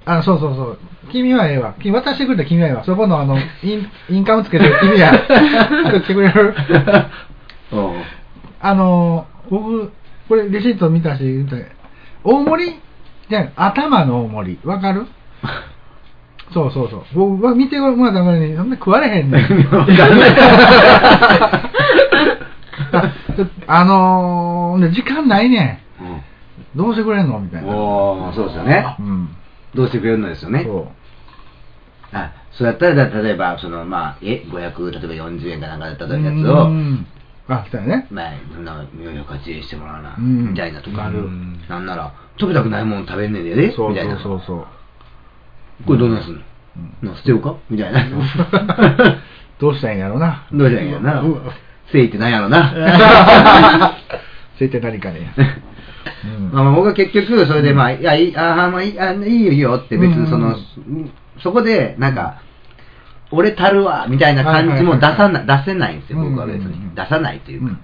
[SPEAKER 3] あ、そうそうそう。君はええわ。君渡してくれた君はええわ。そこのあの、イン、インカムつけてる君 [laughs] や。来てくれる
[SPEAKER 2] おう
[SPEAKER 3] あのー僕、これレシート見たし、見た大盛りじゃあ頭の大盛り。わかるそうそうそう。僕は見てもらったのに、そんな食われへんねん。あ [laughs] ちょっとあのー、時間ないね
[SPEAKER 2] うん
[SPEAKER 3] ん。どうしてくれんのみたいな。
[SPEAKER 2] おーそうですよね
[SPEAKER 3] う。ん。
[SPEAKER 2] どうしてくれるのですよね。
[SPEAKER 3] そう。
[SPEAKER 2] あそうやったら、だ例えば、その、まあ、え、500、例えば40円かなんかだったやつを
[SPEAKER 3] う、んあ、そうやね。
[SPEAKER 2] まあ、そんな、妙に価値してもらうな、
[SPEAKER 3] うん
[SPEAKER 2] みたいなとか、
[SPEAKER 3] なる
[SPEAKER 2] なんなら、食べたくないもん食べんねんでね、
[SPEAKER 3] そ
[SPEAKER 2] み
[SPEAKER 3] う
[SPEAKER 2] たいな。
[SPEAKER 3] そうそうそう。
[SPEAKER 2] これどうなんすんの、なんか捨てようかみたいな。
[SPEAKER 3] どうしたらいいんやろうな。
[SPEAKER 2] [laughs] どうしたらいいんやろな。誠意ってなんやろな。
[SPEAKER 3] [laughs] ついて何かに。うん
[SPEAKER 2] まあまあ僕は結局、それでまあ、いや、いい、あーまあいい、あいいよいいよって別にその、
[SPEAKER 3] うん
[SPEAKER 2] そこで、なんか、俺たるわみたいな感じも出さない、出せないんですよ、僕は別
[SPEAKER 3] うんうんう
[SPEAKER 2] に。
[SPEAKER 3] ん
[SPEAKER 2] 出さないという
[SPEAKER 3] う
[SPEAKER 2] か。
[SPEAKER 3] ん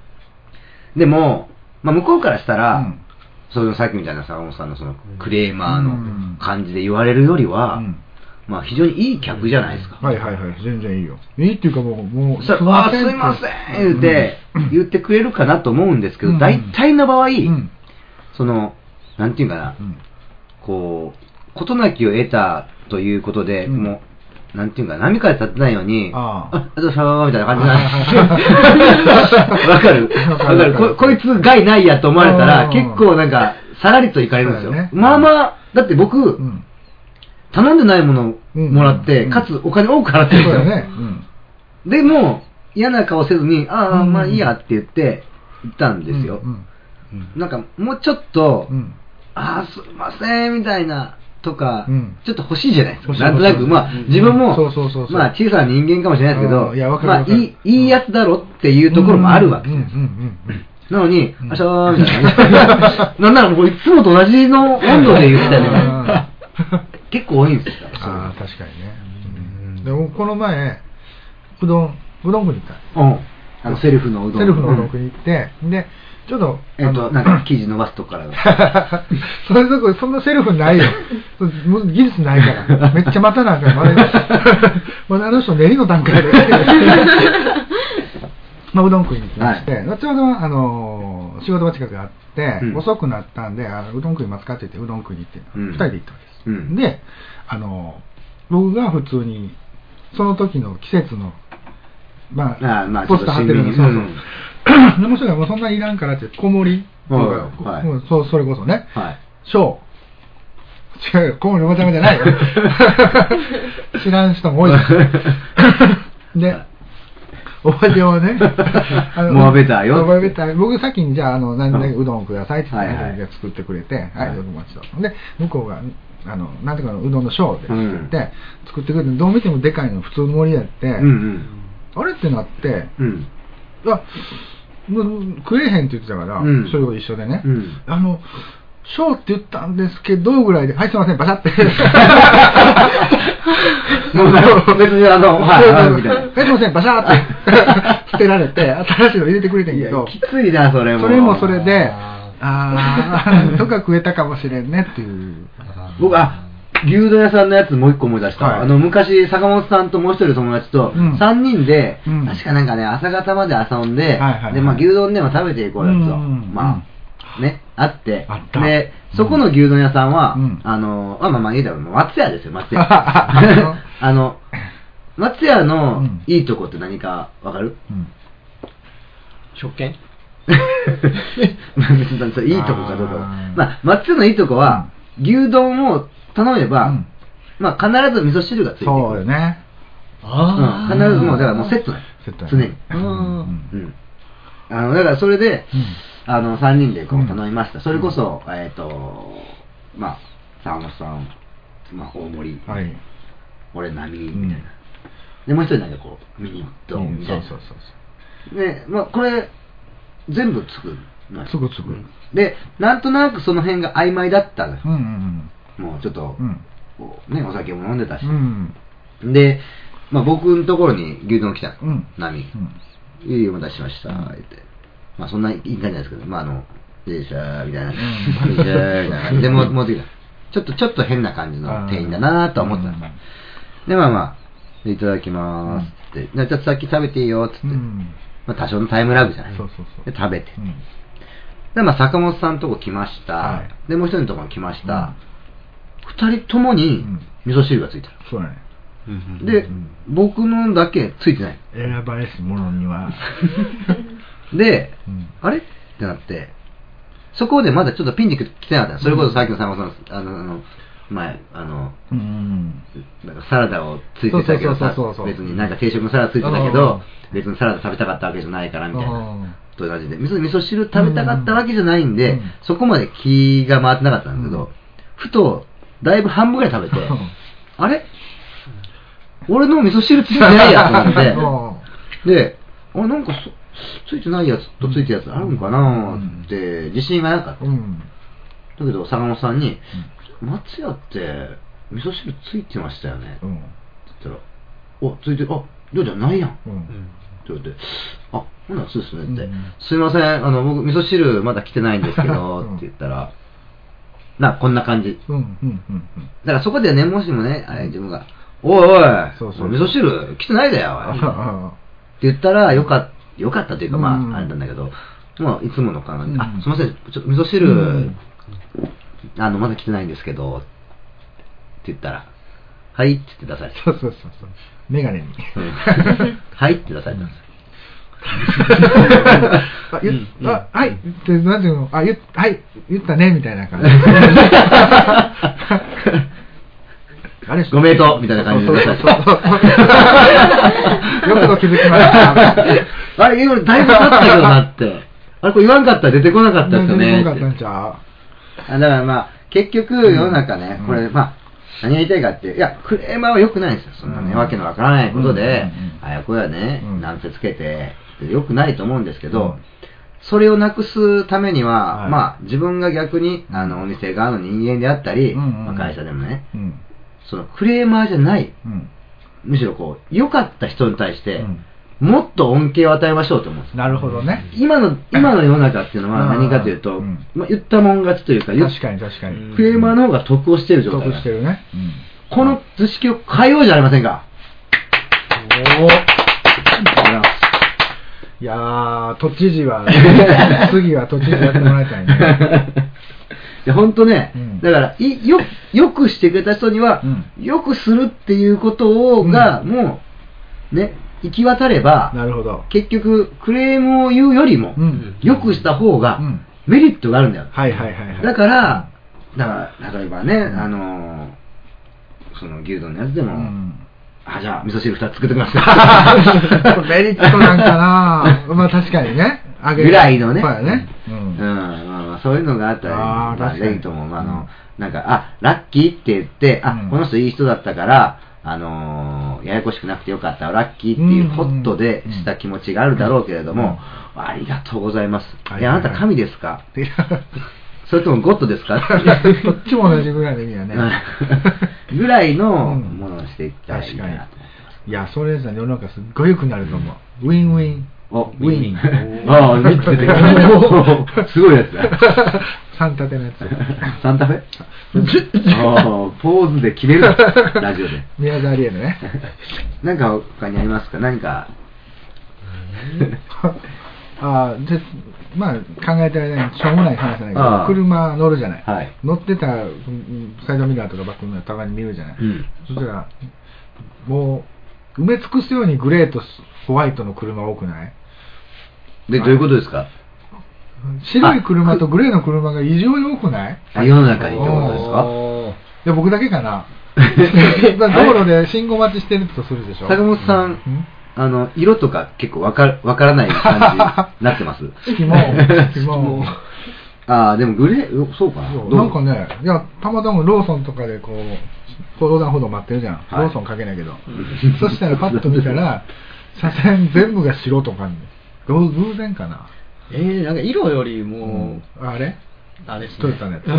[SPEAKER 2] でも、まあ、向こうからしたら、
[SPEAKER 3] うん
[SPEAKER 2] そのさっきみたいな坂本さんのそのクレーマー
[SPEAKER 3] うん
[SPEAKER 2] の感じで言われるよりは、
[SPEAKER 3] うん
[SPEAKER 2] まあ、非常にいい客じゃないですか。
[SPEAKER 3] はいはいはい、全然いいよ。いいっていうかもう、もう、
[SPEAKER 2] そしたら、あーすいません言うて、言ってくれるかなと思うんですけど、
[SPEAKER 3] うん
[SPEAKER 2] 大体の場合、
[SPEAKER 3] うん
[SPEAKER 2] その、なんていうかな、
[SPEAKER 3] うん
[SPEAKER 2] こう、事なきを得たということで、
[SPEAKER 3] うん
[SPEAKER 2] もう、なんていうか、波から立てないように、
[SPEAKER 3] ああ
[SPEAKER 2] あ、あとさーみたいな感じなんで
[SPEAKER 3] [laughs]
[SPEAKER 2] すわかる
[SPEAKER 3] わ
[SPEAKER 2] わ
[SPEAKER 3] か
[SPEAKER 2] か
[SPEAKER 3] る
[SPEAKER 2] るここいつ害ないやと思われた
[SPEAKER 3] う
[SPEAKER 2] ら、
[SPEAKER 3] ん
[SPEAKER 2] 結構なんか、さらりといかれるんですよ。
[SPEAKER 3] そうだよね
[SPEAKER 2] まあまあ、だって僕、
[SPEAKER 3] うん。
[SPEAKER 2] 頼んでないものをもらって、
[SPEAKER 3] うん
[SPEAKER 2] かつお金多く払って
[SPEAKER 3] そ
[SPEAKER 2] るんで
[SPEAKER 3] う
[SPEAKER 2] す
[SPEAKER 3] だ
[SPEAKER 2] よ。
[SPEAKER 3] よね。うん。
[SPEAKER 2] でも、嫌な顔せずに、ああ、
[SPEAKER 3] うん
[SPEAKER 2] まあいいやって言って、行ったんですよ。
[SPEAKER 3] うん
[SPEAKER 2] なんか、もうちょっと、
[SPEAKER 3] うん。
[SPEAKER 2] ああ、すいません、みたいな、とか、
[SPEAKER 3] うん
[SPEAKER 2] ちょっと欲しいじゃないですか。
[SPEAKER 3] 欲しい
[SPEAKER 2] なんとなく、
[SPEAKER 3] 欲しい
[SPEAKER 2] まあ
[SPEAKER 3] うん、
[SPEAKER 2] 自分も、
[SPEAKER 3] そうそうそうそう
[SPEAKER 2] まあ、小さな人間かもしれないですけ
[SPEAKER 3] う
[SPEAKER 2] ど、
[SPEAKER 3] んいやわかる
[SPEAKER 2] ま
[SPEAKER 3] わ
[SPEAKER 2] あ、
[SPEAKER 3] かる
[SPEAKER 2] いい、いいやつだろっていうところもあるわけ
[SPEAKER 3] うん
[SPEAKER 2] で
[SPEAKER 3] う
[SPEAKER 2] す
[SPEAKER 3] ん
[SPEAKER 2] よ。
[SPEAKER 3] うん
[SPEAKER 2] なのに、
[SPEAKER 3] うん
[SPEAKER 2] あしゃーみたいな。 [laughs] なんならもういつもと同じの温度で言ってたりとか、結構多いんですよ。
[SPEAKER 3] ああ、確かにね。うんでも、この前、うどん、うどん食いに行った。
[SPEAKER 2] うん。あのセルフのうどん
[SPEAKER 3] セルフのうどん食いに行って、で、ちょっと、
[SPEAKER 2] えっ
[SPEAKER 3] あの
[SPEAKER 2] と、なんか生地伸ばすとこから
[SPEAKER 3] それとこそんなセルフないよ。もう技術ないから。めっちゃ待たなあかん。まだまだあの人練りの段
[SPEAKER 2] [laughs]
[SPEAKER 3] 階で。まあ、うどん食いに行きまして、
[SPEAKER 2] はい
[SPEAKER 3] ちょうど、あのー仕事場近くがあって、
[SPEAKER 2] うん
[SPEAKER 3] 遅くなったんであ、うどん食いますかって言って、うどん食いに行って、
[SPEAKER 2] うん
[SPEAKER 3] 二人で行ったわけです。
[SPEAKER 2] うん
[SPEAKER 3] で、あのー僕が普通に、その時の季節の、まあ、
[SPEAKER 2] ああまあ
[SPEAKER 3] ポスター貼ってるの、
[SPEAKER 2] ちょ
[SPEAKER 3] そ
[SPEAKER 2] っ
[SPEAKER 3] う
[SPEAKER 2] と
[SPEAKER 3] そう。でもう一人がもうそんなにいらんからって、小盛りとか、
[SPEAKER 2] はい
[SPEAKER 3] もうそうそれこそね、
[SPEAKER 2] はい
[SPEAKER 3] 小、違うよ、小森のおばちゃまじゃ
[SPEAKER 2] [laughs]
[SPEAKER 3] ないよ。知らん人も多いです。で、おばちゃま
[SPEAKER 2] [laughs]
[SPEAKER 3] はね、あの
[SPEAKER 2] もうべたよ
[SPEAKER 3] もうべた僕先にじゃあ、あの、なんでうどんくださいって言って、
[SPEAKER 2] はいはい
[SPEAKER 3] じゃあ作ってくれて、
[SPEAKER 2] は
[SPEAKER 3] はいい、お友達と。で、向こうが、あの、なんとかのうどんの小ですって言って、
[SPEAKER 2] う
[SPEAKER 3] 作ってくれて、どう見てもでかいの普通盛りやって、
[SPEAKER 2] うんうん
[SPEAKER 3] あれってなって、
[SPEAKER 2] うん
[SPEAKER 3] あもう食えへんって言ってたから、
[SPEAKER 2] うん
[SPEAKER 3] それと一緒でね、
[SPEAKER 2] うん
[SPEAKER 3] あの、ショーって言ったんですけどぐらいで、はい、すいません、バシャって。
[SPEAKER 2] もうなんか別に [laughs] あのはいはいみたいな
[SPEAKER 3] はい、すいません、バシャって捨てられて、新しいの入れてくれてん
[SPEAKER 2] い
[SPEAKER 3] け
[SPEAKER 2] や
[SPEAKER 3] ど、
[SPEAKER 2] きついなそれも
[SPEAKER 3] それもそれで、
[SPEAKER 4] あ
[SPEAKER 3] あー、なんとか食えたかもしれんねっていう。
[SPEAKER 2] 僕あ牛丼屋さんのやつもう一個思い出した、
[SPEAKER 3] はい
[SPEAKER 2] あの昔坂本さんともう一人友達と
[SPEAKER 3] うん
[SPEAKER 2] 3人で、
[SPEAKER 3] うん
[SPEAKER 2] 確かなんかね朝方まで遊んで,、
[SPEAKER 3] はいはいはい
[SPEAKER 2] でまあ、牛丼でも食べていこうやつを、
[SPEAKER 3] うんうんうん
[SPEAKER 2] まあねあって
[SPEAKER 3] あった
[SPEAKER 2] でそこの牛丼屋さんは、
[SPEAKER 3] うん
[SPEAKER 2] あのまあまあまあ言うたら松屋ですよ
[SPEAKER 3] [laughs]
[SPEAKER 2] 松屋
[SPEAKER 3] あ
[SPEAKER 2] あの松屋の
[SPEAKER 3] うん
[SPEAKER 2] いいとこって何かわかる、
[SPEAKER 3] うん
[SPEAKER 4] 食券
[SPEAKER 2] まあ別にそれいいとこかどうかは
[SPEAKER 3] あー
[SPEAKER 2] まあ、松屋のいいとこは、牛丼を頼めば、
[SPEAKER 3] うん
[SPEAKER 2] まあ、必ず味噌汁がついてくる。
[SPEAKER 3] そうよね。
[SPEAKER 2] うん
[SPEAKER 4] ああ、
[SPEAKER 2] 必ずもう、だからもうセットだよ。
[SPEAKER 3] セットや
[SPEAKER 2] 常
[SPEAKER 3] ね
[SPEAKER 2] に。
[SPEAKER 3] うん
[SPEAKER 4] うん
[SPEAKER 3] うん
[SPEAKER 2] うん。あの、だからそれで、あの、3人でこ
[SPEAKER 3] う
[SPEAKER 2] うん頼みました。それこそ、えっ、と、まあ、沢本さん、まあ、大盛り、
[SPEAKER 3] はい。
[SPEAKER 2] 俺波、み
[SPEAKER 3] うん
[SPEAKER 2] たいな。で、もう一人なんかこう、ミニドンみたいな。
[SPEAKER 3] そうそうそうそう。
[SPEAKER 2] で、まあ、これ、全部つくのよ
[SPEAKER 3] つくつく
[SPEAKER 2] うんで、なんとなくその辺が曖昧だったのよ
[SPEAKER 3] うんうん
[SPEAKER 2] もうちょっと、
[SPEAKER 3] うん。うん
[SPEAKER 2] こうね、お酒も飲んでたし
[SPEAKER 3] う。ん。
[SPEAKER 2] で、まあ、僕のところに牛丼来たの。
[SPEAKER 3] うん
[SPEAKER 2] 波。
[SPEAKER 3] うん
[SPEAKER 2] いいお待たせしました。
[SPEAKER 3] うん
[SPEAKER 2] 言って。まあ、そんないい感じなんですけど、まあ、あの、でしゃーみたいな。
[SPEAKER 3] うん
[SPEAKER 2] でしゃーみたいな感じで、もう持ってきた。ちょっと、ちょっと変な感じの店員だなとは思ってたの。で、まあまあ、でいただきまーすって。でちょっとさっき食べていいよっつって。
[SPEAKER 3] うん
[SPEAKER 2] まあ、多少のタイムラグじゃない。
[SPEAKER 3] そうそうそう
[SPEAKER 2] で、食べて。
[SPEAKER 3] うん
[SPEAKER 2] で、まあ、坂本さんのとこ来ました。
[SPEAKER 3] はい
[SPEAKER 2] で、もう一人のとこに来ました。二、人ともに味噌汁がついてる。
[SPEAKER 3] そうだね
[SPEAKER 2] で、
[SPEAKER 3] うん
[SPEAKER 2] 僕のだけついてない。
[SPEAKER 3] 選ばれし者には
[SPEAKER 2] で、
[SPEAKER 3] うん
[SPEAKER 2] あれってなって、そこでまだちょっとピンに来てなかったのそれこそさっきのさんまさんの、あの、あの前、あの、
[SPEAKER 3] うん
[SPEAKER 2] なんかサラダをついてたけどさ
[SPEAKER 3] そうそうそうそうそう
[SPEAKER 2] 別になんか定食のサラダついてたけど、別にサラダ食べたかったわけじゃないからみたいな。と同じで、味噌味噌汁食べたかったわけじゃないんで、
[SPEAKER 3] うん
[SPEAKER 2] そこまで気が回ってなかったんだけど、
[SPEAKER 3] うん
[SPEAKER 2] ふと、だいぶ半分ぐらい食べて、
[SPEAKER 3] うん
[SPEAKER 2] あれ俺の味噌汁ついてないやと思
[SPEAKER 3] [laughs]
[SPEAKER 2] って、で、あれなんかそついてないやつとついてるやつあるんかなーって自信がなかった。
[SPEAKER 3] う
[SPEAKER 2] だ
[SPEAKER 3] ん
[SPEAKER 2] けど坂本さんに、松屋って味噌汁ついてましたよね。
[SPEAKER 3] う
[SPEAKER 2] って
[SPEAKER 3] ん
[SPEAKER 2] 言ったら、お、ついてる、あ、りょうちゃんないやん。
[SPEAKER 3] う
[SPEAKER 2] って
[SPEAKER 3] ん
[SPEAKER 2] 言われて、あ、ほんならそうですねって、
[SPEAKER 3] うん
[SPEAKER 2] すいません、あの、僕味噌汁まだ来てないんですけど、
[SPEAKER 3] うん
[SPEAKER 2] って言ったら、な、こんな感じ。
[SPEAKER 3] うんうんうんうん
[SPEAKER 2] だからそこでね、もしもね、あれ自分が、おいおい、
[SPEAKER 3] そうそう
[SPEAKER 2] 味噌汁来てないだよ、お
[SPEAKER 3] [laughs]
[SPEAKER 2] い
[SPEAKER 3] あ
[SPEAKER 2] って言ったらよかよかったというか、まあ、
[SPEAKER 3] うん
[SPEAKER 2] あれなんだけど、まあ、いつものかな、
[SPEAKER 3] うん
[SPEAKER 2] あすみません、ちょっと味噌汁、
[SPEAKER 3] うん
[SPEAKER 2] あのまだ来てないんですけどって言ったら、はいって言って出され
[SPEAKER 3] そ
[SPEAKER 2] た。
[SPEAKER 3] うそうそうそうメガネに
[SPEAKER 2] うんはいって出されたんですよ。
[SPEAKER 3] あ言っあはいってなんていうのあ言っはい言ったねみたいな感じあれ
[SPEAKER 2] ご名答みたいな感じで
[SPEAKER 3] そう
[SPEAKER 2] 出
[SPEAKER 3] そ
[SPEAKER 2] さ
[SPEAKER 3] う
[SPEAKER 2] れ [laughs]
[SPEAKER 3] そうそうよくぞ気づきました
[SPEAKER 2] た。 [laughs] あれ、今だいぶ経ったけどなって。あれ、これ言わんかったら出てこなかったですよね。
[SPEAKER 3] 全然怖かったんちゃ
[SPEAKER 2] あだからまあ、結局、世の中ね、
[SPEAKER 3] うん
[SPEAKER 2] これ、まあ、何が言いたいかっていう、いや、クレーマーは良くないんですよ。そんなね、
[SPEAKER 3] うん
[SPEAKER 2] わけのわからないことで、
[SPEAKER 3] うん
[SPEAKER 2] あやこやね、
[SPEAKER 3] うん
[SPEAKER 2] なんてつけて、良くないと思うんですけど、
[SPEAKER 3] うん
[SPEAKER 2] それをなくすためには、
[SPEAKER 3] はい
[SPEAKER 2] まあ、自分が逆に、あの、お店側の人間であったり、
[SPEAKER 3] うんうん
[SPEAKER 2] まあ、会社でもね、
[SPEAKER 3] うん
[SPEAKER 2] その、クレーマーじゃない、
[SPEAKER 3] うん
[SPEAKER 2] むしろこう、良かった人に対して、
[SPEAKER 3] うん
[SPEAKER 2] もっと恩恵を与えましょうと思うんですよ
[SPEAKER 3] なるほどね。
[SPEAKER 2] 今の、今の世の中っていうのは
[SPEAKER 3] あー
[SPEAKER 2] 何かというと、
[SPEAKER 3] うん
[SPEAKER 2] まあ、言ったもん勝ちというか、言っ
[SPEAKER 3] 確かに確かに。
[SPEAKER 2] クレーマーの方が得をしている状態なん
[SPEAKER 3] 得
[SPEAKER 2] です
[SPEAKER 3] してるね。うん
[SPEAKER 2] この図式を変えようじゃありませんか。
[SPEAKER 3] いやー、都知事
[SPEAKER 2] [laughs]
[SPEAKER 3] は、次は都知事やってもらいたいね。
[SPEAKER 2] [laughs] いや本当ね、
[SPEAKER 3] うん
[SPEAKER 2] だからいよ、よくしてくれた人には、
[SPEAKER 3] う
[SPEAKER 2] よくするっていうことをが、
[SPEAKER 3] うん
[SPEAKER 2] もう、ね、行き渡れば、
[SPEAKER 3] なるほど。
[SPEAKER 2] 結局、クレームを言うよりも、
[SPEAKER 3] うん。
[SPEAKER 2] よくした方が
[SPEAKER 3] うん、
[SPEAKER 2] メリットがあるんだよ。
[SPEAKER 3] はいはいはいはい。
[SPEAKER 2] だから、だから例えばね、あのーその牛丼のやつで
[SPEAKER 3] う
[SPEAKER 2] も、
[SPEAKER 3] ん。
[SPEAKER 2] あ、じゃあ、味噌汁2つ作ってくだ
[SPEAKER 3] [laughs]
[SPEAKER 2] さい。
[SPEAKER 3] メリットなんか
[SPEAKER 2] [laughs]
[SPEAKER 3] なまあ確かにね。あげる
[SPEAKER 2] ぐらいのね
[SPEAKER 3] そうやね。う
[SPEAKER 2] うん、
[SPEAKER 3] ん。
[SPEAKER 2] まあまあ、そういうのがあったら、
[SPEAKER 3] あー
[SPEAKER 2] まあ
[SPEAKER 3] 確かに
[SPEAKER 2] いいと思う。まああ
[SPEAKER 3] うん
[SPEAKER 2] の、なんか、あ、ラッキーって言って、あ、
[SPEAKER 3] うん
[SPEAKER 2] この人いい人だったから、あのーややこしくなくてよかった、ラッキーっていうホットでした気持ちがあるだろうけれども、ありがとうございます。
[SPEAKER 3] はい
[SPEAKER 2] いや、あなた神ですか
[SPEAKER 3] いや
[SPEAKER 2] それともゴッドですか
[SPEAKER 3] どっちも同じぐらいの意味やね。
[SPEAKER 2] [laughs] ぐらいの
[SPEAKER 3] うん
[SPEAKER 2] ものをしていったらいいかなと思います。
[SPEAKER 3] いや、それでさ、世の中すっごい良くなると思う。ウィンウィン。
[SPEAKER 2] お、
[SPEAKER 3] ウィン。
[SPEAKER 2] ああ、3つ出てきた。 [laughs] すごいやつだ。
[SPEAKER 3] 三立てのやつ。
[SPEAKER 2] サンタフェああ、ポーズで決める。ラジオで。
[SPEAKER 3] 宮沢りえのね。
[SPEAKER 2] なんか他にありますか何か。
[SPEAKER 3] ああ、で、まあ、考えてるね、しょうもない話じゃないけ
[SPEAKER 2] あ
[SPEAKER 3] ど、
[SPEAKER 2] あ
[SPEAKER 3] 車乗るじゃない。
[SPEAKER 2] はい
[SPEAKER 3] 乗ってた、うんサイドミラーとかバックミラーたまに見るじゃない。
[SPEAKER 2] うん
[SPEAKER 3] そしたら、もう、埋め尽くすようにグレーとホワイトの車多くない
[SPEAKER 2] で、どういうことですか
[SPEAKER 3] 白い車とグレーの車が異常に多くない
[SPEAKER 2] あ世の中にってことですか
[SPEAKER 3] いや、僕だけかな。だから道路で信号待ちしてるとするでしょ。
[SPEAKER 2] 坂本さん、
[SPEAKER 3] うん。
[SPEAKER 2] あの、色とか結構わかわからない感じになってます
[SPEAKER 3] [laughs] 色も、色も。
[SPEAKER 2] ああ、でもグレー、そうかな。
[SPEAKER 3] そう
[SPEAKER 2] どう
[SPEAKER 3] なんかね、いや、たまたまローソンとかでこう、横断歩道待ってるじゃん。
[SPEAKER 2] はい
[SPEAKER 3] ローソンかけないけど。そしたらパッと見たら、車線全部が白とかに。どう偶然かな。
[SPEAKER 4] えー、なんか色よりも、
[SPEAKER 3] あれ
[SPEAKER 4] あれですね。
[SPEAKER 3] トヨ
[SPEAKER 4] [laughs]
[SPEAKER 3] タのやつ。うん、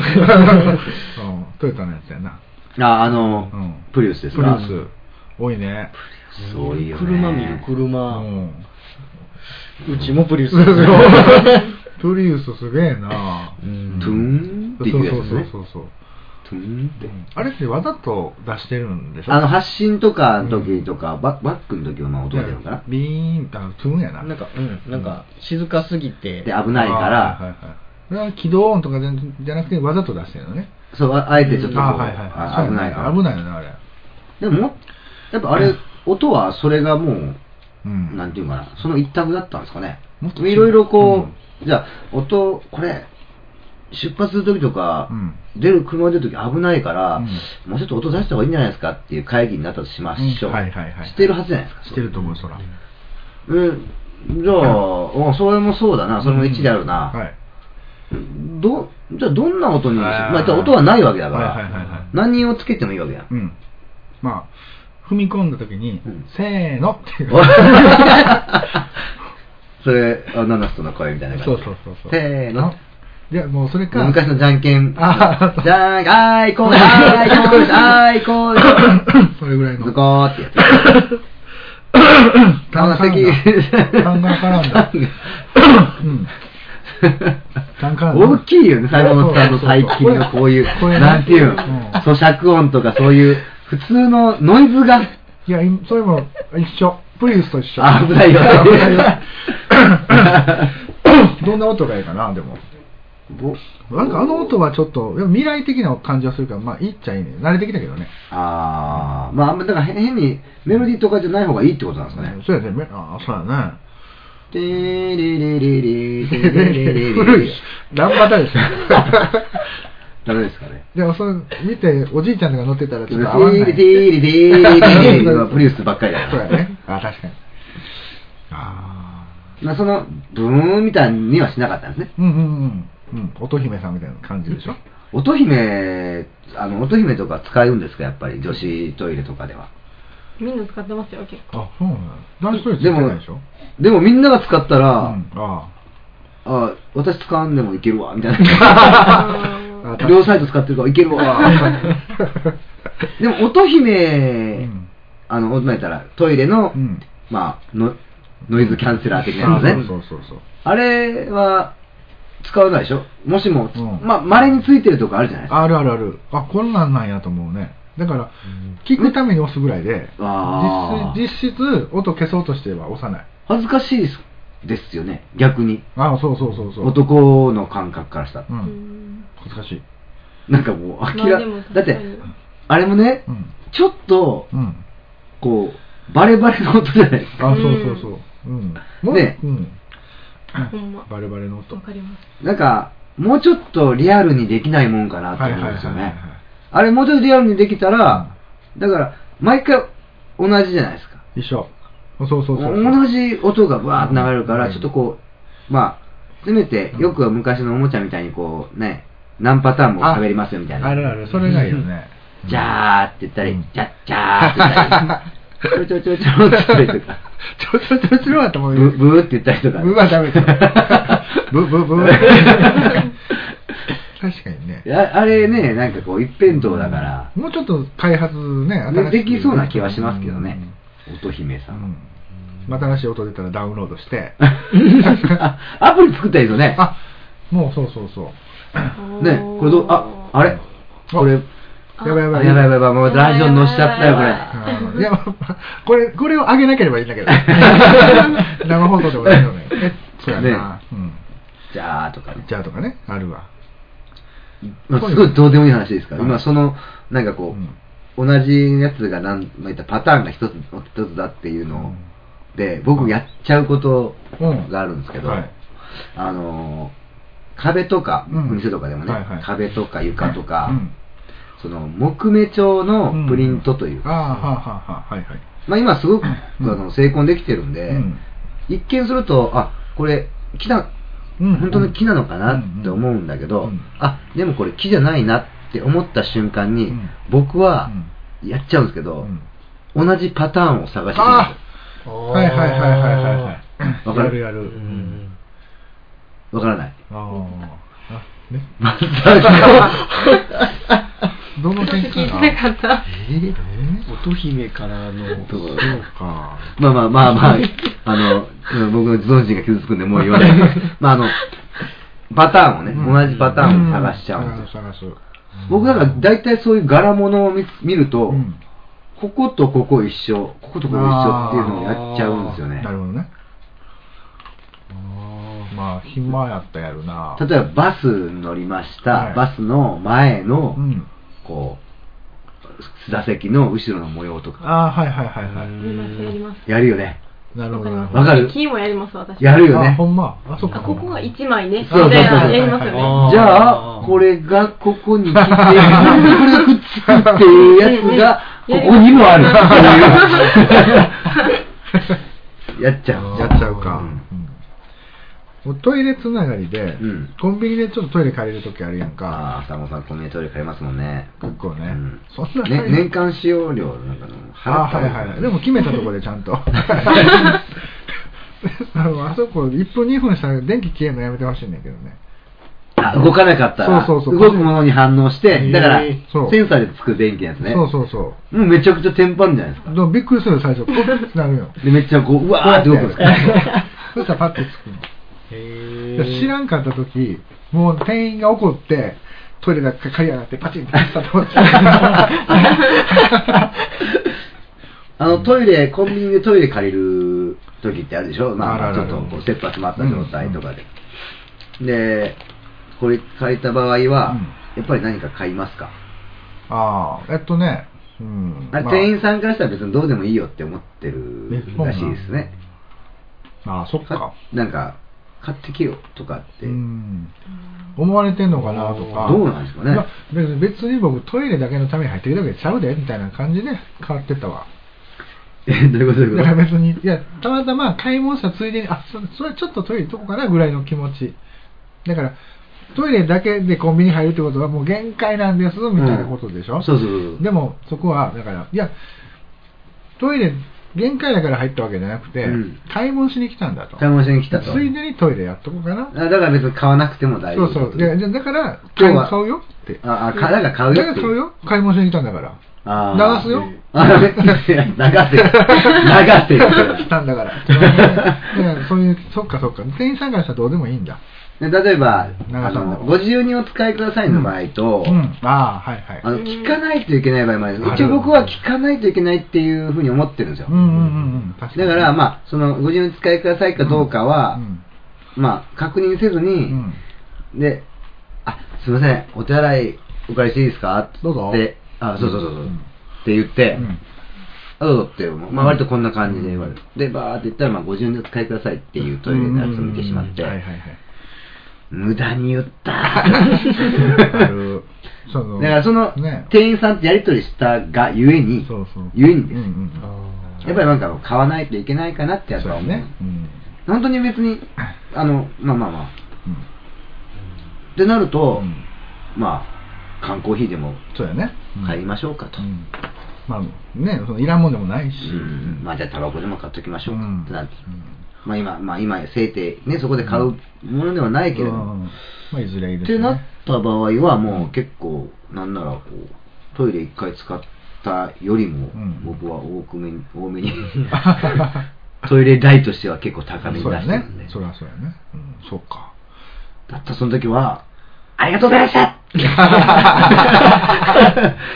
[SPEAKER 3] トヨタのやつやな。
[SPEAKER 2] あ、あの、
[SPEAKER 3] うん
[SPEAKER 2] プリウスです
[SPEAKER 3] プ
[SPEAKER 2] か
[SPEAKER 3] リウス、多いね。
[SPEAKER 2] ス。そういいよね。
[SPEAKER 4] 車見る
[SPEAKER 3] う。
[SPEAKER 4] 車、うんちも
[SPEAKER 2] [laughs]
[SPEAKER 4] プリウス。
[SPEAKER 3] プリウスすげえな。
[SPEAKER 4] うん
[SPEAKER 2] トゥーンって
[SPEAKER 3] そ
[SPEAKER 2] 言
[SPEAKER 3] う
[SPEAKER 2] うやつ
[SPEAKER 3] そう
[SPEAKER 2] ね。
[SPEAKER 3] そうそうそう。
[SPEAKER 2] トゥーンって。
[SPEAKER 3] あれってわざと出してるんでしょ
[SPEAKER 2] あの、発信とかの時とか、ババックの時はまあ音が出るのかな。
[SPEAKER 3] ビーン、あ、トゥーンやな。
[SPEAKER 4] なんか、うん、なんか静かすぎて、
[SPEAKER 2] で、危ないか
[SPEAKER 3] あーはい
[SPEAKER 2] ら、
[SPEAKER 3] はいはいそれは起動音とかじゃじゃなくてわざと出してるのね。
[SPEAKER 2] そう、ああえてちょっとこう、
[SPEAKER 3] あーはいはい
[SPEAKER 2] あ
[SPEAKER 3] はい。
[SPEAKER 2] 危ないから。
[SPEAKER 3] 危ないよね、あれ。
[SPEAKER 2] でもも、やっぱあれ、音はそれがも
[SPEAKER 3] う
[SPEAKER 2] う、なん
[SPEAKER 3] ん。
[SPEAKER 2] ていうかな、その一択だったんですかね
[SPEAKER 3] もっ。と違う
[SPEAKER 2] いろいろこう、じゃあ、音、これ、出発する時とか、
[SPEAKER 3] うん
[SPEAKER 2] 出る、車出る時危ないから、
[SPEAKER 3] うん
[SPEAKER 2] もうちょっと音出した方がいいんじゃないですかっていう会議になったとしましょう。
[SPEAKER 3] うんはいはいはい
[SPEAKER 2] してるはずじゃないですか。
[SPEAKER 3] してると思う、そら。
[SPEAKER 2] うん、じゃあ、
[SPEAKER 3] [laughs]
[SPEAKER 2] うんそれもそうだな、それも1であるな。
[SPEAKER 3] はい。
[SPEAKER 2] どじゃあ、どんな音に、
[SPEAKER 3] あー
[SPEAKER 2] まあ、言ったら音はないわけだから、
[SPEAKER 3] はいはいはいはい
[SPEAKER 2] 何をつけてもいいわけやん。
[SPEAKER 3] うん。まあ、踏み込んだ時に
[SPEAKER 2] うん、
[SPEAKER 3] せーのって [laughs] いう。
[SPEAKER 2] [laughs] それ、あナナスとの声みたいな
[SPEAKER 3] そ
[SPEAKER 2] 感
[SPEAKER 3] う
[SPEAKER 2] じ。
[SPEAKER 3] そうそうそう。
[SPEAKER 2] せーの。
[SPEAKER 3] いや、もうそれか。
[SPEAKER 2] 昔のじゃんけん。じ
[SPEAKER 3] あー
[SPEAKER 2] ゃん、あーいこうで、あーいこうで、あーいこうで。
[SPEAKER 3] [coughs] それぐらいの。
[SPEAKER 2] ズコーってやつ。
[SPEAKER 3] 単管単管絡
[SPEAKER 2] [laughs]
[SPEAKER 3] んだ。うん。単管絡んだ
[SPEAKER 2] 大きいよね、坂本さんの最近のこういう、
[SPEAKER 3] これ
[SPEAKER 2] なんていうの、
[SPEAKER 3] うん
[SPEAKER 2] 咀嚼音とかそういう、普通のノイズが、
[SPEAKER 3] いや、今それも一緒。プリウスと一緒。
[SPEAKER 2] あ危ないよ
[SPEAKER 3] 危ないよどんな音がいいかな、でも。なんかあの音はちょっと、でも未来的な感じはするから、まあ、いいっちゃいいね。慣れてきたけどね。
[SPEAKER 2] あー、まあ、あんまだから変にメロディーとかじゃない方がいいってことなんですかね。
[SPEAKER 3] そうやね。めああ、そうやね。
[SPEAKER 2] てーりりりり、てーりりりり
[SPEAKER 3] 古い。乱馬だでしょ。
[SPEAKER 2] ダメですかね。
[SPEAKER 3] でもそれ見て、おじいちゃんとか乗ってたら
[SPEAKER 2] て
[SPEAKER 3] ちょっと合わ
[SPEAKER 2] ー
[SPEAKER 3] な
[SPEAKER 2] り
[SPEAKER 3] い。
[SPEAKER 2] りりりりりはプリウスばっかりだ
[SPEAKER 3] そうや
[SPEAKER 2] よ。
[SPEAKER 3] ね。あ、確かに。あ
[SPEAKER 2] まあその、ブーンみたいにはしなかったんですね
[SPEAKER 3] あ。。うんうんうん。うん。乙姫さんみたいな感じでしょ。
[SPEAKER 2] 乙姫、あの、乙姫とか使うんですか、やっぱり、女子トイレとかでは。
[SPEAKER 5] みんな使ってますよ、結構。
[SPEAKER 3] あ、そうなの男子トイレつい
[SPEAKER 2] で
[SPEAKER 3] てな
[SPEAKER 2] も
[SPEAKER 3] いでしょ。うん、
[SPEAKER 2] でもみんなが使ったら、
[SPEAKER 3] あ
[SPEAKER 2] あ私使わんでもいけるわ、みたいな。
[SPEAKER 3] [laughs] あ。
[SPEAKER 2] 両サイド使ってるからいける
[SPEAKER 3] [laughs]
[SPEAKER 2] わ。でも、乙姫、
[SPEAKER 3] うん
[SPEAKER 2] あの、乙姫やったら、トイレの、
[SPEAKER 3] うん
[SPEAKER 2] まあ、のノイズキャンセラー的な
[SPEAKER 3] そ
[SPEAKER 2] やつ
[SPEAKER 3] う
[SPEAKER 2] ね。
[SPEAKER 3] そうそうそう。
[SPEAKER 2] あれは使わないでしょもしも、
[SPEAKER 3] うん
[SPEAKER 2] まあ、稀についてるとこあるじゃないですか。
[SPEAKER 3] あるあるある。あ、こんなんなんやと思うね。だから、聞くために押すぐらいで、
[SPEAKER 2] あー
[SPEAKER 3] 実質、実質音消そうとしては押さない。
[SPEAKER 2] 恥ずかしいですですよね、逆に。
[SPEAKER 3] あそうそうそうそう。
[SPEAKER 2] 男の感覚からしたら
[SPEAKER 3] う。。
[SPEAKER 5] うんん
[SPEAKER 3] 恥ずかしい。
[SPEAKER 2] なんかもう、
[SPEAKER 5] まあ
[SPEAKER 2] 明ら
[SPEAKER 5] でも確かに
[SPEAKER 2] だって、あれもね
[SPEAKER 3] う、ん。
[SPEAKER 2] ちょっと、
[SPEAKER 3] うん。
[SPEAKER 2] こう、バレバレの音じゃないですか。
[SPEAKER 3] あ、そうそうそう。うん。もう
[SPEAKER 2] ね
[SPEAKER 3] うん。
[SPEAKER 5] ほんま
[SPEAKER 3] バレバレの音。
[SPEAKER 5] わかります
[SPEAKER 2] なんか、もうちょっとリアルにできないもんかなと
[SPEAKER 3] はいはい
[SPEAKER 2] 思
[SPEAKER 3] は
[SPEAKER 2] うん
[SPEAKER 3] い
[SPEAKER 2] です
[SPEAKER 3] は
[SPEAKER 2] よ
[SPEAKER 3] い
[SPEAKER 2] ね。あれもうちょっとリアルにできたら、だから、毎回同じじゃないですか。
[SPEAKER 3] 一緒。そうそうそうそう。
[SPEAKER 2] 同じ音がバーって流れるか
[SPEAKER 3] う
[SPEAKER 2] ら、
[SPEAKER 3] ん
[SPEAKER 2] ちょっとこう、まあ、せめて、よくは昔のおもちゃみたいにこう、ね、何パターンも喋りますよみたい
[SPEAKER 3] あ
[SPEAKER 2] な。
[SPEAKER 3] るある、それがいいよね。
[SPEAKER 2] じゃーって言った
[SPEAKER 3] う
[SPEAKER 2] り
[SPEAKER 3] ん、
[SPEAKER 2] じゃっじゃーって言ったり、ちょろちょろちょろちょろって言ったりとか、
[SPEAKER 3] ちょちょちょちょだと思う
[SPEAKER 2] ブブーって言ったりとか。
[SPEAKER 3] ブはダメ
[SPEAKER 2] [laughs]
[SPEAKER 3] だよ。ブブブ。 [laughs] 確かにね。
[SPEAKER 2] ああれね、なんかこう、一辺倒だから、
[SPEAKER 3] もうちょっと開発ね、
[SPEAKER 2] で
[SPEAKER 3] 新し
[SPEAKER 2] で
[SPEAKER 3] い
[SPEAKER 2] きそうな気はしますけどね、乙姫
[SPEAKER 3] う
[SPEAKER 2] さ
[SPEAKER 3] ん。
[SPEAKER 2] ん。
[SPEAKER 3] うん新しい音出たらダウンロードして。
[SPEAKER 2] あ、アプリ作ったらいいですよね。
[SPEAKER 3] あ、もうそうそうそう。
[SPEAKER 2] [laughs] ね、これどう、あ、あれこれ、
[SPEAKER 3] やばいや
[SPEAKER 2] や
[SPEAKER 3] ば
[SPEAKER 2] ば
[SPEAKER 3] い。
[SPEAKER 2] いやばいやばい、もうラジオに乗しちゃったよ、これ。
[SPEAKER 3] あーいや、 [laughs] まあこれ、これを上げなければいいんだ
[SPEAKER 2] [laughs]
[SPEAKER 3] けど。生放送でもないのね。え、そうやな
[SPEAKER 2] ね。
[SPEAKER 3] うん。
[SPEAKER 2] じゃあとかね。
[SPEAKER 3] じゃあとかね、あるわ。
[SPEAKER 2] まあすごいどうでもいい話ですから、
[SPEAKER 3] うん
[SPEAKER 2] 今その、なんかこう、同じやつが何、まあ、言ったらパターンが一つ一つだっていうので、僕やっちゃうことがあるんですけど、
[SPEAKER 3] うんはい
[SPEAKER 2] あのー、壁とか、
[SPEAKER 3] うん
[SPEAKER 2] お店とかでもね、
[SPEAKER 3] はいはい
[SPEAKER 2] 壁とか床とか、
[SPEAKER 3] うん
[SPEAKER 2] その木目調のプリントという
[SPEAKER 3] あ
[SPEAKER 2] か、
[SPEAKER 3] あ、はあはあはあ、はいはい。
[SPEAKER 2] まあ今すごく、
[SPEAKER 3] うん
[SPEAKER 2] あの成婚できてるんで、
[SPEAKER 3] うん
[SPEAKER 2] 一見すると、あこれ、木な、
[SPEAKER 3] うん
[SPEAKER 2] 本当の木なのかなって思うんだけど、
[SPEAKER 3] うん
[SPEAKER 2] あでもこれ、木じゃないなって思った瞬間に、
[SPEAKER 3] うん
[SPEAKER 2] 僕はやっちゃうんですけど、同じパターンを探して
[SPEAKER 3] あ
[SPEAKER 4] あー
[SPEAKER 3] はいはいはいはいはいはい。
[SPEAKER 2] わかる
[SPEAKER 3] やるやる。
[SPEAKER 4] う。ん
[SPEAKER 2] くるわからない。
[SPEAKER 3] あーあ。 [laughs] ね。
[SPEAKER 2] まさ
[SPEAKER 3] どの
[SPEAKER 5] 私
[SPEAKER 3] 点
[SPEAKER 5] 聞
[SPEAKER 3] か
[SPEAKER 5] い
[SPEAKER 3] な。
[SPEAKER 5] てなかった
[SPEAKER 4] え乙姫から
[SPEAKER 2] か
[SPEAKER 4] の
[SPEAKER 2] そう
[SPEAKER 3] そうか。
[SPEAKER 2] まあまあまあまあ、
[SPEAKER 3] [laughs]
[SPEAKER 2] あの、うん僕の自尊心が傷つくんで、もう言わない。
[SPEAKER 3] [laughs]
[SPEAKER 2] まああの、パターンをね、同じパターンを探しちゃうんですよ。
[SPEAKER 3] 探す探す。
[SPEAKER 2] 僕だから大体そういう柄物を見つ見ると、
[SPEAKER 3] うん
[SPEAKER 2] こことここ一緒、こことここ一緒っていうのをやっちゃうんですよね
[SPEAKER 3] な。るほどね。まあ、暇やったやるな。
[SPEAKER 2] 例えばバス乗りました、
[SPEAKER 3] はい
[SPEAKER 2] バスの前の、
[SPEAKER 3] うん。
[SPEAKER 2] こう、座席の後ろの模様とか、
[SPEAKER 3] ああ、はいはいはいは
[SPEAKER 5] やりますやります
[SPEAKER 2] やるよね。
[SPEAKER 3] い。なるほどなるほど。
[SPEAKER 2] わかる
[SPEAKER 5] キーもやります私
[SPEAKER 2] やるよ
[SPEAKER 3] あ
[SPEAKER 2] ね
[SPEAKER 3] ほ。んま。あ、そっか。
[SPEAKER 5] あここが一枚ねみ
[SPEAKER 2] そうそうそう
[SPEAKER 5] たいなやりますよね
[SPEAKER 4] あー
[SPEAKER 2] じゃあ、これがここに来て、これがくっつくっていうやつが、ここにもあるっていう。やっちゃう。
[SPEAKER 3] やっちゃうか。
[SPEAKER 2] う
[SPEAKER 3] うんんもうトイレつながりで、
[SPEAKER 2] うん
[SPEAKER 3] コンビニでちょっとトイレ借りるときあるやんか。
[SPEAKER 2] ああ、佐野さん、コンビニトイレ借りますもんね。
[SPEAKER 3] 結構ね。
[SPEAKER 2] うん
[SPEAKER 3] そんな
[SPEAKER 2] ね年間使用料なんかの払
[SPEAKER 3] あ
[SPEAKER 2] った
[SPEAKER 3] はいはいはい。でも決めたとこでちゃん
[SPEAKER 2] [laughs]
[SPEAKER 3] と。あのあそこ1分2分したら電気消えるのやめてほしいんだけどね。
[SPEAKER 2] あ動かなかったら
[SPEAKER 3] そうそうそう
[SPEAKER 2] 動くものに反応して、だから
[SPEAKER 4] へ
[SPEAKER 2] セ
[SPEAKER 4] ー
[SPEAKER 2] ン
[SPEAKER 3] そう
[SPEAKER 2] サーでつく電気のやつね。
[SPEAKER 3] そうそうそう。
[SPEAKER 2] もうめちゃくちゃテンパるんじゃないですか。
[SPEAKER 3] でもびっくりする最初、こうってなるよ。
[SPEAKER 2] で、めっちゃこう、うわーって動くんですから
[SPEAKER 3] [laughs] そしたらパッてつくの。
[SPEAKER 4] へ
[SPEAKER 3] で知らんかった時もう店員が怒ってトイレだけ借りやがってパチンパチンと
[SPEAKER 2] [laughs]
[SPEAKER 3] 思って
[SPEAKER 2] あの、トイレ、コンビニでトイレ借りる時ってあるでしょまあ、
[SPEAKER 3] ある
[SPEAKER 2] ち
[SPEAKER 3] あ
[SPEAKER 2] ょっ
[SPEAKER 3] る
[SPEAKER 2] とこう、切羽詰まった状態とかで。で、これ借りた場合は、やっぱり何か買いますか
[SPEAKER 3] ああえっとねうん
[SPEAKER 2] あれ、
[SPEAKER 3] まあ
[SPEAKER 2] 店員さんからしたら別にどうでもいいよって思ってる
[SPEAKER 3] えそうなん
[SPEAKER 2] らしいですね。
[SPEAKER 3] ああそっか
[SPEAKER 2] かなんか、買ってきよとかって。
[SPEAKER 3] うん思われてんのかなとか
[SPEAKER 2] どうなんですかね
[SPEAKER 3] まあ別に別に僕トイレだけのために入ってるだけでちゃうでみたいな感じで変わってたわ
[SPEAKER 2] え、 [laughs] どういうことどういう
[SPEAKER 3] だ
[SPEAKER 2] こ
[SPEAKER 3] から
[SPEAKER 2] と
[SPEAKER 3] 別にいやたまたま買い物したついでにあそそれちょっとトイレ行っとこうかなぐらいの気持ちだからトイレだけでコンビニ入るってことはもう限界なんですみたいなことでしょ、
[SPEAKER 2] うんそうそうそうそう
[SPEAKER 3] でもそこはだからいやトイレ限界だから入ったわけじゃなくて、
[SPEAKER 2] うん
[SPEAKER 3] 買い物しに来たんだと
[SPEAKER 2] 買い物しに来たと。
[SPEAKER 3] ついでにトイレやっとこうかな
[SPEAKER 2] あだから別に買わなくても大丈
[SPEAKER 3] そ
[SPEAKER 2] 夫
[SPEAKER 3] うそう
[SPEAKER 2] ってこと
[SPEAKER 3] でじゃあだから
[SPEAKER 2] 今
[SPEAKER 3] 買
[SPEAKER 2] 日
[SPEAKER 3] う
[SPEAKER 2] は
[SPEAKER 3] 買うよって
[SPEAKER 2] ああ、かだから買うよ
[SPEAKER 3] だ
[SPEAKER 2] っ
[SPEAKER 3] か
[SPEAKER 2] て [laughs]
[SPEAKER 3] ら買うよ買い物しに来たんだから
[SPEAKER 2] あー
[SPEAKER 3] 流
[SPEAKER 2] [laughs]
[SPEAKER 3] すよ
[SPEAKER 2] あ流せ、
[SPEAKER 3] [laughs]
[SPEAKER 2] 流せ。流
[SPEAKER 3] 来たん [laughs] だから。だからそういう、そっかそっか。店員さんからしたらどうでもいいんだ。
[SPEAKER 2] せ。で例えば、
[SPEAKER 3] 流さん
[SPEAKER 2] あ
[SPEAKER 3] だ
[SPEAKER 2] のご自由にお使いくださいの場合と、
[SPEAKER 3] うん。ああ、はいはい。
[SPEAKER 2] あの聞かないといけない場合もあるんです
[SPEAKER 3] あ
[SPEAKER 2] 一
[SPEAKER 3] る
[SPEAKER 2] 応僕は聞かないといけないっていうふうに思ってるんですよ。
[SPEAKER 3] うんうんうんうん。確か
[SPEAKER 2] だ
[SPEAKER 3] に。
[SPEAKER 2] から、まあ、その、ご自由にお使いくださいかどうかは、
[SPEAKER 3] うん
[SPEAKER 2] まあ、確認せず
[SPEAKER 3] う
[SPEAKER 2] に、
[SPEAKER 3] ん。
[SPEAKER 2] で、あ、すいません、お手洗いお借りしていいですか
[SPEAKER 3] どうぞ
[SPEAKER 2] って、あ、そうそうそうそう、
[SPEAKER 3] うん
[SPEAKER 2] って言って、あ、どうぞって、まあ、割とこんな感じで言われる。で、バーって言ったら、まあ、ご自由にお使いくださいっていうトイレのやつを見てしまって、
[SPEAKER 3] うんはいはいはい。
[SPEAKER 2] 無駄に言った。
[SPEAKER 3] [laughs] あるそ
[SPEAKER 2] だ
[SPEAKER 3] の
[SPEAKER 2] から、その、
[SPEAKER 3] ね、
[SPEAKER 2] 店員さんとやりとりしたがゆえに、
[SPEAKER 3] そうそう。
[SPEAKER 2] ゆえにです
[SPEAKER 3] うんうんうん
[SPEAKER 2] やっぱりなんか買わないといけないかなってやつ
[SPEAKER 3] そう
[SPEAKER 2] は
[SPEAKER 3] だ
[SPEAKER 2] 思う。
[SPEAKER 3] ね。うん
[SPEAKER 2] 本当に別に、あの、まあまあまあ。
[SPEAKER 3] うん
[SPEAKER 2] ってなると、
[SPEAKER 3] うん
[SPEAKER 2] まあ、缶コーヒーでも
[SPEAKER 3] そうだね。
[SPEAKER 2] 買いましょうかと。
[SPEAKER 3] うんうんまあね、そのいらんもんでもないし。
[SPEAKER 2] うんまあじゃあタバコでも買っときましょうか
[SPEAKER 3] うん
[SPEAKER 2] ってなって、
[SPEAKER 3] うん
[SPEAKER 2] まあ今、まあ今、せいて、ね、そこで買うものではないけれど、
[SPEAKER 3] うん
[SPEAKER 2] っ
[SPEAKER 3] まあいずれいるしね
[SPEAKER 2] てなった場合はもう結構、なんならこう、トイレ一回使ったよりも
[SPEAKER 3] うん、
[SPEAKER 2] 僕は多くめに、多め
[SPEAKER 3] [laughs]
[SPEAKER 2] に、トイレ代としては結構高めに
[SPEAKER 3] そ
[SPEAKER 2] 出
[SPEAKER 3] うだ
[SPEAKER 2] して
[SPEAKER 3] ね
[SPEAKER 2] るんで、。
[SPEAKER 3] そりゃそうやね。うん、そうか。
[SPEAKER 2] だったらその時は、ありがとうございました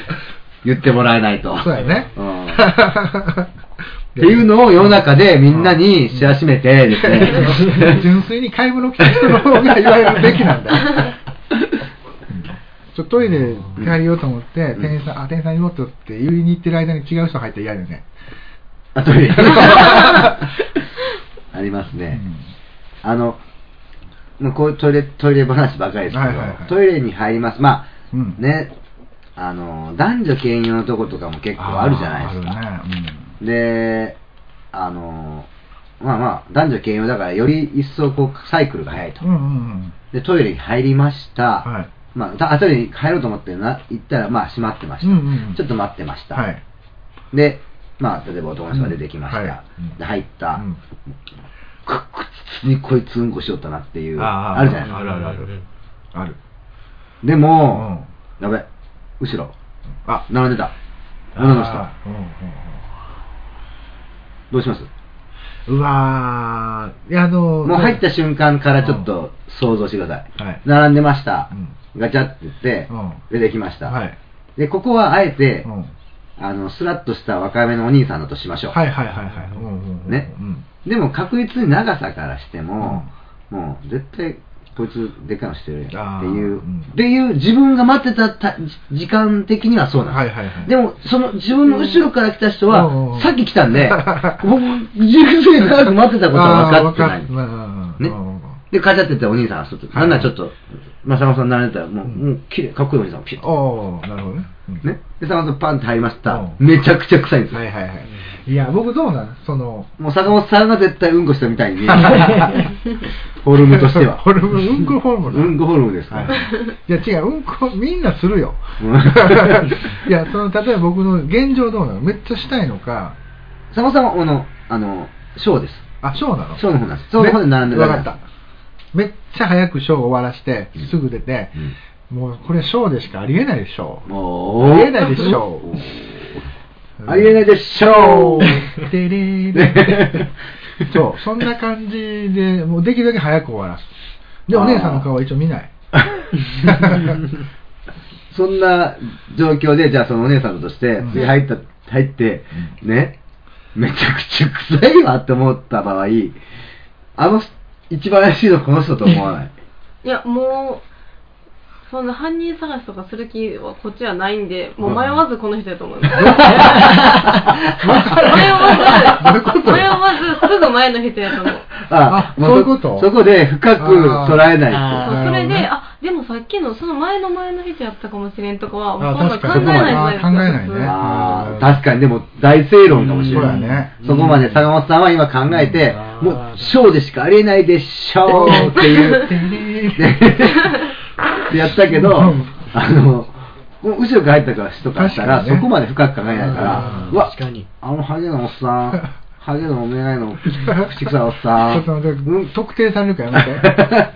[SPEAKER 3] [laughs]
[SPEAKER 2] 言ってもらえないと。
[SPEAKER 3] そうやね。
[SPEAKER 2] うんっていうのを世の中でみんなに知らしめてですね。
[SPEAKER 3] [laughs] 純粋に買い物来た人の方が言われるべきなん
[SPEAKER 2] [laughs]
[SPEAKER 3] だよ。ちょっとトイレ借りようと思って、
[SPEAKER 2] うん
[SPEAKER 3] 店員さん、あ、店員さんにもっとって言いに行ってる間に違う人入ったら嫌だよね。
[SPEAKER 2] あと
[SPEAKER 3] [laughs]
[SPEAKER 2] であります
[SPEAKER 3] う
[SPEAKER 2] ね。
[SPEAKER 3] ん
[SPEAKER 2] あの、もうこういうトイレ、トイレ話ばかりですけど、
[SPEAKER 3] はいはいはい
[SPEAKER 2] トイレに入ります。まあ、
[SPEAKER 3] うん
[SPEAKER 2] ね、あの、男女兼用のとことかも結構あるじゃないですか。
[SPEAKER 3] あるね。
[SPEAKER 2] で、あの、まあまあ、男女兼用だからより一層こう、サイクルが早いと
[SPEAKER 3] うん。。うんうんうん。
[SPEAKER 2] で、トイレに入りました。
[SPEAKER 3] はい
[SPEAKER 2] まあ、たあトイレに入ろうと思ってな、行ったら、まあ、閉まってました。
[SPEAKER 3] うんうんうん
[SPEAKER 2] ちょっと待ってました。
[SPEAKER 3] はい。
[SPEAKER 2] で、まあ、例えば男の人が出てきました。
[SPEAKER 3] うんはいうん
[SPEAKER 2] で、入った。
[SPEAKER 3] うん
[SPEAKER 2] くっつにこいつうんこしよったなっていう、あ
[SPEAKER 3] ー
[SPEAKER 2] るじゃないですか。
[SPEAKER 3] あるあるある。ある。
[SPEAKER 2] で
[SPEAKER 3] う
[SPEAKER 2] も、
[SPEAKER 3] ん。
[SPEAKER 2] やべ、後ろ、
[SPEAKER 3] あ、
[SPEAKER 2] 並んでた。女の人。
[SPEAKER 3] あーうんうん
[SPEAKER 2] どうします
[SPEAKER 3] うんうわー、いや、あの、
[SPEAKER 2] もう入った瞬間からちょっと想像してください。
[SPEAKER 3] はい
[SPEAKER 2] 並んでました。
[SPEAKER 3] う
[SPEAKER 2] ガチャって言って、
[SPEAKER 3] う
[SPEAKER 2] 出てきました。
[SPEAKER 3] はい。
[SPEAKER 2] で、ここはあえて、
[SPEAKER 3] うん
[SPEAKER 2] あの、スラッとした若めのお兄さんだとしましょう。
[SPEAKER 3] はいはいはいはい。うんうんうん
[SPEAKER 2] ね
[SPEAKER 3] うん
[SPEAKER 2] でも確実に長さからしても、もう絶対こいつでかいのしてるやんっていう、
[SPEAKER 3] あーうん
[SPEAKER 2] っていう自分が待ってたたじ時間的にはそうなん
[SPEAKER 3] は
[SPEAKER 2] で
[SPEAKER 3] い
[SPEAKER 2] す。
[SPEAKER 3] はいはい。
[SPEAKER 2] でも、その自分の後ろから来た人
[SPEAKER 3] うんう
[SPEAKER 2] は、
[SPEAKER 3] ん
[SPEAKER 2] さっき来た
[SPEAKER 3] [laughs]
[SPEAKER 2] んで、僕、十分長く待ってたことは分かってない。
[SPEAKER 3] な
[SPEAKER 2] ねで、カチャっててお兄さんがちょっと、なんならちょっと、まあ、さんまさん並んでたら、もう、もう、綺麗、かっこいいお兄さんがピュッと。
[SPEAKER 3] おーなるほどね。うん
[SPEAKER 2] ね。で、さんまさんパンって入りました。
[SPEAKER 3] うん
[SPEAKER 2] めちゃくちゃ臭いんですよ
[SPEAKER 3] はいはいはい。いや、僕どうなん
[SPEAKER 2] [laughs]
[SPEAKER 3] その、
[SPEAKER 2] もう坂本さんが絶対うんこしたみた
[SPEAKER 3] [laughs]
[SPEAKER 2] いに、フォルムとしては。
[SPEAKER 3] ホルム、うんこホルムな
[SPEAKER 2] うんこフォルムですか
[SPEAKER 3] は
[SPEAKER 2] ら [laughs]
[SPEAKER 3] い。いや違う、うんこ、みんなするよ。 [laughs]
[SPEAKER 2] うん
[SPEAKER 3] いや、その、例えば僕の現状どうなのめっちゃしたいのか、
[SPEAKER 2] 坂本さんは、あの、あの、ショーです。
[SPEAKER 3] あ、ショーなの
[SPEAKER 2] ショーの方なんです。ショーの方で並んで
[SPEAKER 3] わ
[SPEAKER 2] る
[SPEAKER 3] かった。めっちゃ早くショーを終わらして、すぐ出て、もうこれショーでしかありえないでしょう。
[SPEAKER 2] もう、
[SPEAKER 3] ありえないでしょう。
[SPEAKER 2] ありえないでし
[SPEAKER 3] [laughs]
[SPEAKER 2] ょう。
[SPEAKER 3] てれーれ
[SPEAKER 2] [laughs]
[SPEAKER 3] ーそう、そんな感じで、もうできるだけ早く終わらす。で、お姉さんの顔は一応見
[SPEAKER 2] [laughs]
[SPEAKER 3] ない。
[SPEAKER 2] そんな状況で、じゃあそのお姉さんとして
[SPEAKER 3] うん、
[SPEAKER 2] 次入った、入って、ね、めちゃくちゃ臭いわって思った場合、あの、一番怪しいのはこの人と思わない。
[SPEAKER 5] いや、もう、そんな犯人探しとかする気はこっちはないんで、もう迷わずこの人だと思います。迷わず、迷わずすぐ前の人やと思う。
[SPEAKER 2] あ
[SPEAKER 3] [laughs] あそういうこと
[SPEAKER 2] そこで深く捉えない
[SPEAKER 3] あ
[SPEAKER 5] そう
[SPEAKER 3] なるほ
[SPEAKER 5] そ
[SPEAKER 3] ど
[SPEAKER 5] れ
[SPEAKER 3] ね
[SPEAKER 5] で、あ、でもさっきのその前の前の人やったかもしれんとかは、もう
[SPEAKER 3] あ
[SPEAKER 5] そんな
[SPEAKER 3] 確
[SPEAKER 5] 考
[SPEAKER 3] か
[SPEAKER 5] え
[SPEAKER 2] に
[SPEAKER 5] ないじゃないですか。
[SPEAKER 3] あ考えないね
[SPEAKER 5] 普通
[SPEAKER 2] と。
[SPEAKER 5] は
[SPEAKER 2] あ
[SPEAKER 3] う
[SPEAKER 2] あ、
[SPEAKER 3] ん
[SPEAKER 2] 確かに、でも、大正論かもしれない。
[SPEAKER 3] うんそうやね
[SPEAKER 2] そこまで坂本さんは今考えて、
[SPEAKER 4] うん
[SPEAKER 2] もう、ショーでしかありえないでしょうっていう、
[SPEAKER 3] てれー
[SPEAKER 2] ってやったけど、
[SPEAKER 3] うん
[SPEAKER 2] あの、もう後ろから入ったから人からしたら、
[SPEAKER 3] 確かにね
[SPEAKER 2] そこまで深く考えないから
[SPEAKER 4] あ、
[SPEAKER 2] う
[SPEAKER 4] ー
[SPEAKER 2] わ
[SPEAKER 4] 確かに、
[SPEAKER 2] あのハゲのおっさん、
[SPEAKER 3] [laughs]
[SPEAKER 2] ハゲのお願いの口臭いおっさ
[SPEAKER 3] ちょ
[SPEAKER 2] ん
[SPEAKER 3] っ、と待って、
[SPEAKER 2] うん
[SPEAKER 3] 特定されるからやめて。